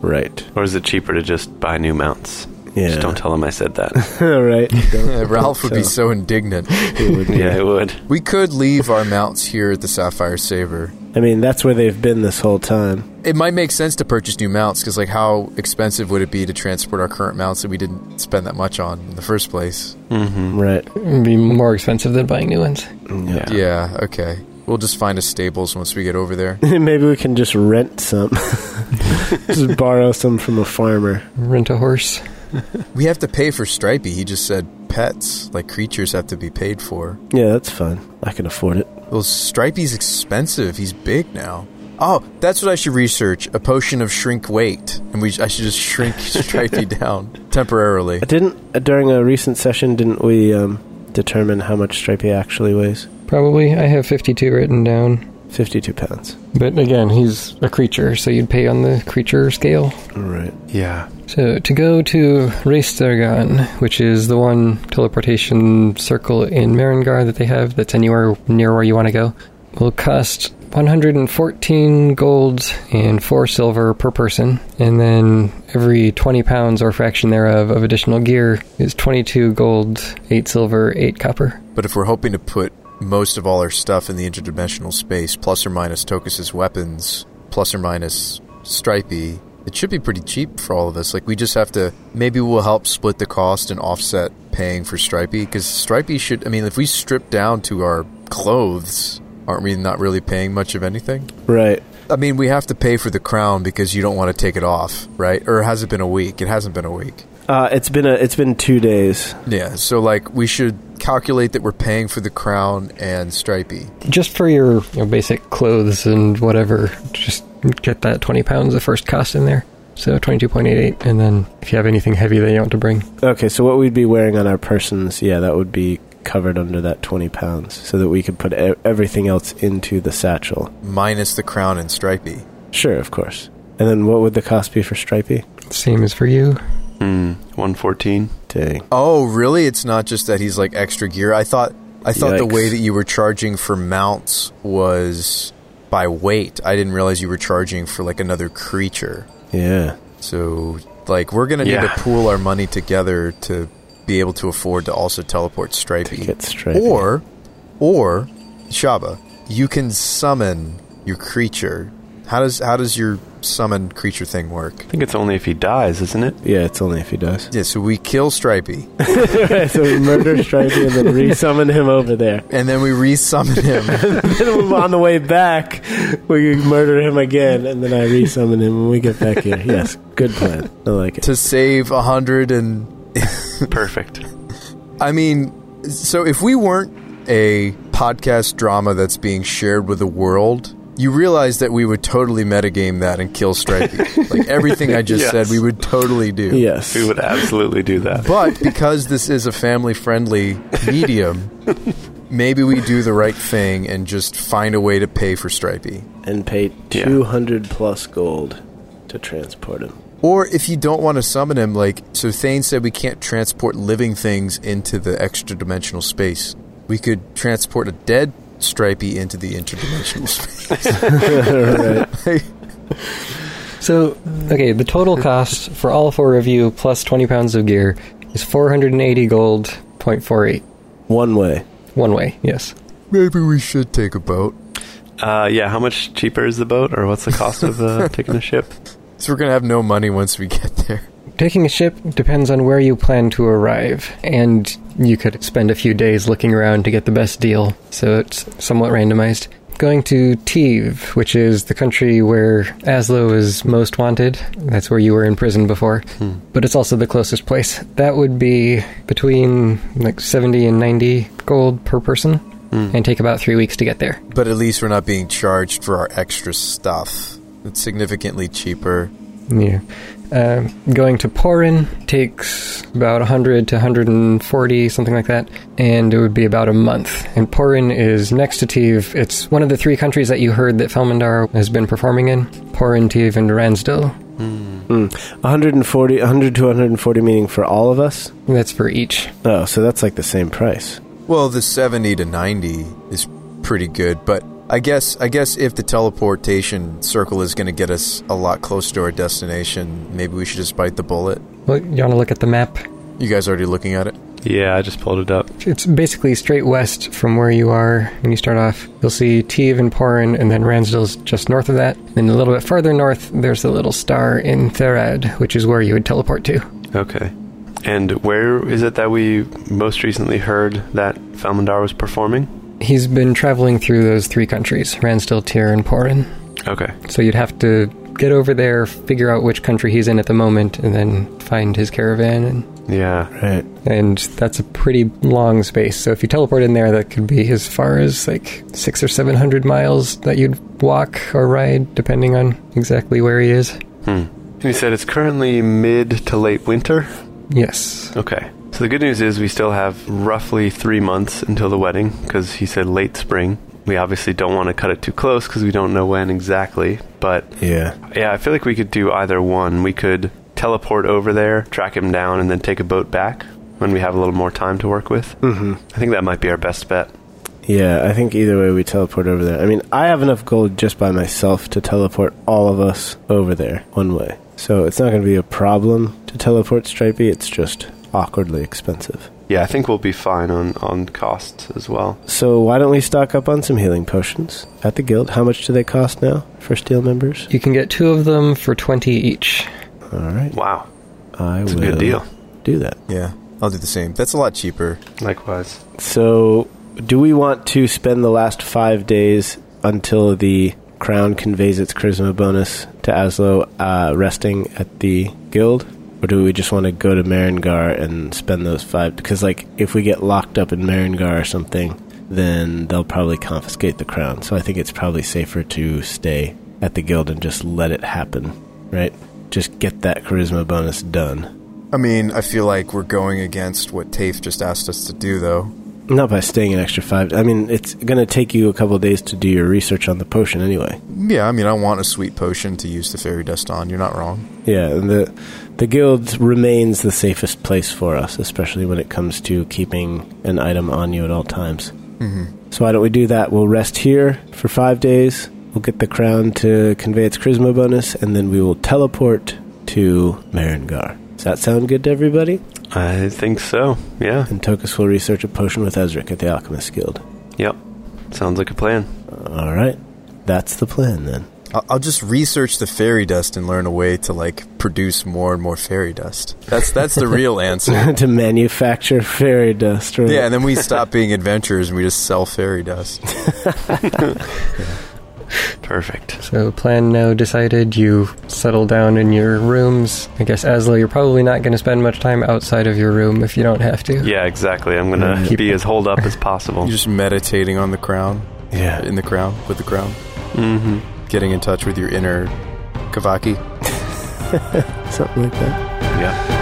Speaker 5: Right.
Speaker 1: Or is it cheaper to just buy new mounts?
Speaker 5: Yeah.
Speaker 1: Just don't tell him I said that.
Speaker 5: (laughs) right.
Speaker 4: Yeah, Ralph would be so indignant.
Speaker 1: (laughs) yeah, it would.
Speaker 4: We could leave our mounts here at the Sapphire Saver.
Speaker 5: I mean, that's where they've been this whole time.
Speaker 4: It might make sense to purchase new mounts because, like, how expensive would it be to transport our current mounts that we didn't spend that much on in the first place?
Speaker 1: Mm.
Speaker 5: Right. (laughs)
Speaker 3: It'd be more expensive than buying new ones.
Speaker 1: Yeah.
Speaker 4: Yeah, okay. We'll just find a Stables once we get over there.
Speaker 5: Maybe we can just rent some. (laughs) just borrow some from a farmer.
Speaker 3: Rent a horse.
Speaker 4: we have to pay for Stripey. He just said pets, like creatures, have to be paid for.
Speaker 5: Yeah, that's fine. I can afford it.
Speaker 4: Well, Stripey's expensive. He's big now. Oh, that's what I should research: a potion of shrink weight, and we I should just shrink (laughs) Stripey down temporarily.
Speaker 5: Didn't uh, during a recent session? Didn't we um, determine how much Stripey actually weighs?
Speaker 3: Probably. I have 52 written down.
Speaker 5: Fifty-two pounds.
Speaker 3: But again, he's a creature, so you'd pay on the creature scale.
Speaker 5: Right.
Speaker 1: Yeah.
Speaker 3: So to go to Reistergan, which is the one teleportation circle in Maringar that they have that's anywhere near where you want to go, will cost 114 gold and 4 silver per person, and then every 20 pounds or fraction thereof of additional gear is 22 gold, 8 silver, 8 copper.
Speaker 4: But if we're hoping to put most of all our stuff in the interdimensional space, plus or minus Tokus's weapons, plus or minus Stripey, it should be pretty cheap for all of us. Like, we just have to. Maybe we'll help split the cost and offset paying for Stripey, because Stripey should. I mean, if we strip down to our clothes, aren't we not really paying much of anything?
Speaker 5: Right.
Speaker 4: I mean, we have to pay for the crown because you don't want to take it off, right? Or has it been a week? It hasn't been a week.
Speaker 5: Uh, it's been a. It's been two days.
Speaker 4: Yeah, so like we should calculate that we're paying for the crown and Stripey.
Speaker 3: Just for your you know, basic clothes and whatever, just get that 20 pounds of first cost in there. So 22.88, and then if you have anything heavy that you want to bring,
Speaker 5: Okay, so what we'd be wearing on our persons? Yeah, that would be covered under that twenty pounds, so that we could put e- everything else into the satchel.
Speaker 4: minus the crown and stripey.
Speaker 5: Sure, of course. And then what would the cost be for Stripey?
Speaker 3: Same as for you.
Speaker 1: Hmm. 114.
Speaker 5: Dang.
Speaker 4: Oh, really? It's not just that he's like extra gear. I thought I thought the
Speaker 5: Yikes.
Speaker 4: way that you were charging for mounts was by weight. I didn't realize you were charging for like another creature.
Speaker 5: Yeah.
Speaker 4: So like we're gonna need
Speaker 1: Yeah.
Speaker 4: to pool our money together to be able to afford to also teleport Stripey.
Speaker 5: get Stripey.
Speaker 4: Or or Shaba, you can summon your creature. How does how does your summon creature thing work?
Speaker 1: I think it's only if he dies, isn't it?
Speaker 5: Yeah, it's only if he does. (laughs)
Speaker 4: Yeah, so we kill Stripey.
Speaker 5: so we murder Stripey and then resummon him over there.
Speaker 4: and then we re-summon him.
Speaker 5: Then on the way back, we murder him again, and then I resummon him when we get back here. Yes, good plan. I like it.
Speaker 4: to save a hundred and
Speaker 1: Perfect.
Speaker 4: I mean, so if we weren't a podcast drama that's being shared with the world, you realize that we would totally metagame that and kill Stripey. like everything I just
Speaker 1: Yes.
Speaker 4: said, we would totally do.
Speaker 5: Yes.
Speaker 1: We would absolutely do that.
Speaker 4: But because this is a family-friendly medium, maybe we do the right thing and just find a way to pay for Stripey.
Speaker 5: And pay
Speaker 1: Yeah.
Speaker 5: 200 plus gold to transport him.
Speaker 4: Or if you don't want to summon him, like so Thane said we can't transport living things into the extra dimensional space. We could transport a dead stripey into the interdimensional (laughs) space.
Speaker 5: Right.
Speaker 3: So, okay, the total cost for all four of you plus 20 pounds of gear is 480 gold, 0.48.
Speaker 5: One way.
Speaker 3: One way, yes.
Speaker 4: Maybe we should take a boat.
Speaker 1: Uh, yeah, how much cheaper is the boat, or what's the cost of uh, taking a ship?
Speaker 4: So we're gonna have no money once we (laughs) get there.
Speaker 3: Taking a ship depends on where you plan to arrive, and you could spend a few days looking around to get the best deal, so it's somewhat randomized. Going to Teve, which is the country where Aslo is most wanted. That's where you were in prison before, but it's also the closest place. That would be between like 70 and 90 gold per person, and take about three weeks to get there.
Speaker 4: But at least we're not being charged for our extra stuff. It's significantly cheaper.
Speaker 3: Yeah. Uh, going to Porin takes about 100 to 140, something like that, and it would be about a month. And Porin is next to Tiv. It's one of the three countries that you heard that Felmandar has been performing in Porin, Tiv, and Ransdell.
Speaker 5: Mm. 140, 100 to 140 meaning for all of us.
Speaker 3: That's for each.
Speaker 5: Oh, so that's like the same price.
Speaker 4: Well, the 70 to 90 is pretty good, but I guess I guess if the teleportation circle is going to get us a lot closer to our destination, maybe we should just bite the bullet.
Speaker 3: Well, you want to look at the map?
Speaker 4: You guys already looking at it?
Speaker 1: Yeah, I just pulled it up.
Speaker 3: It's basically straight west from where you are when you start off. You'll see Tiv and Porin, and then Ransdell's just north of that. Then a little bit farther north, there's the little star in Therad, which is where you would teleport to.
Speaker 1: Okay. And where is it that we most recently heard that Falmandar was performing?
Speaker 3: He's been traveling through those three countries Ransdell, Tyr, and Porin.
Speaker 1: Okay.
Speaker 3: So you'd have to get over there, figure out which country he's in at the moment, and then find his caravan. And,
Speaker 1: Yeah.
Speaker 5: Right.
Speaker 3: and that's a pretty long space. So if you teleport in there, that could be as far as like six or seven hundred miles that you'd walk or ride, depending on exactly where he is.
Speaker 1: Hmm. And he said it's currently mid to late winter.
Speaker 3: Yes.
Speaker 1: Okay. So the good news is we still have roughly three months until the wedding because he said late spring. We obviously don't want to cut it too close because we don't know when exactly. But
Speaker 5: Yeah.
Speaker 1: yeah, I feel like we could do either one. We could teleport over there, track him down, and then take a boat back when we have a little more time to work with.
Speaker 5: hmm
Speaker 1: I think that might be our best bet.
Speaker 5: Yeah, I think either way we teleport over there. I mean, I have enough gold just by myself to teleport all of us over there one way. So it's not going to be a problem to teleport Stripey. It's just awkwardly expensive.
Speaker 1: Yeah, I think we'll be fine on, on costs as well.
Speaker 5: So why don't we stock up on some healing potions at the guild? How much do they cost now for steel members?
Speaker 3: You can get two of them for twenty each.
Speaker 5: All right,
Speaker 1: Wow,
Speaker 5: I
Speaker 1: it's a
Speaker 5: will
Speaker 1: good deal.
Speaker 5: do that.
Speaker 4: Yeah, I'll do the same. That's a lot cheaper.
Speaker 1: Likewise.
Speaker 5: So, do we want to spend the last five days until the crown conveys its charisma bonus to Aslo uh, resting at the guild? Or do we just want to go to Marengar and spend those five? Because, like, if we get locked up in Marengar or something, then they'll probably confiscate the crown. So I think it's probably safer to stay at the guild and just let it happen, right? Just get that charisma bonus done.
Speaker 4: I mean, I feel like we're going against what TAFE just asked us to do, though.
Speaker 5: Not by staying an extra five. I mean, it's going to take you a couple days to do your research on the potion anyway.
Speaker 4: Yeah, I mean, I want a sweet potion to use the fairy dust on. You're not wrong.
Speaker 5: Yeah, and the the guild remains the safest place for us, especially when it comes to keeping an item on you at all times. So why don't we do that? We'll rest here for five days. We'll get the crown to convey its charisma bonus, and then we will teleport to Marengar. Does that sound good to everybody?
Speaker 1: I think so. Yeah.
Speaker 5: And Tokus will research a potion with Ezric at the Alchemist Guild.
Speaker 1: Yep. Sounds like a plan.
Speaker 5: All right, that's the plan then.
Speaker 4: I'll, I'll just research the fairy dust and learn a way to like produce more and more fairy dust. That's that's the (laughs) real answer.
Speaker 5: (laughs) to manufacture fairy dust. Right?
Speaker 4: Yeah, and then we stop being adventurers and we just sell fairy dust.
Speaker 1: Perfect.
Speaker 3: So plan now decided. You settle down in your rooms. I guess Aslo, you're probably not going to spend much time outside of your room if you don't have to.
Speaker 1: Yeah, exactly. I'm gonna
Speaker 3: Keep-
Speaker 1: be as holed up as possible.
Speaker 4: (laughs) You're just meditating on the crown,
Speaker 5: yeah.
Speaker 4: in the crown, with the crown,
Speaker 1: hmm
Speaker 4: getting in touch with your inner Kavaki.
Speaker 5: something like that.
Speaker 1: Yeah.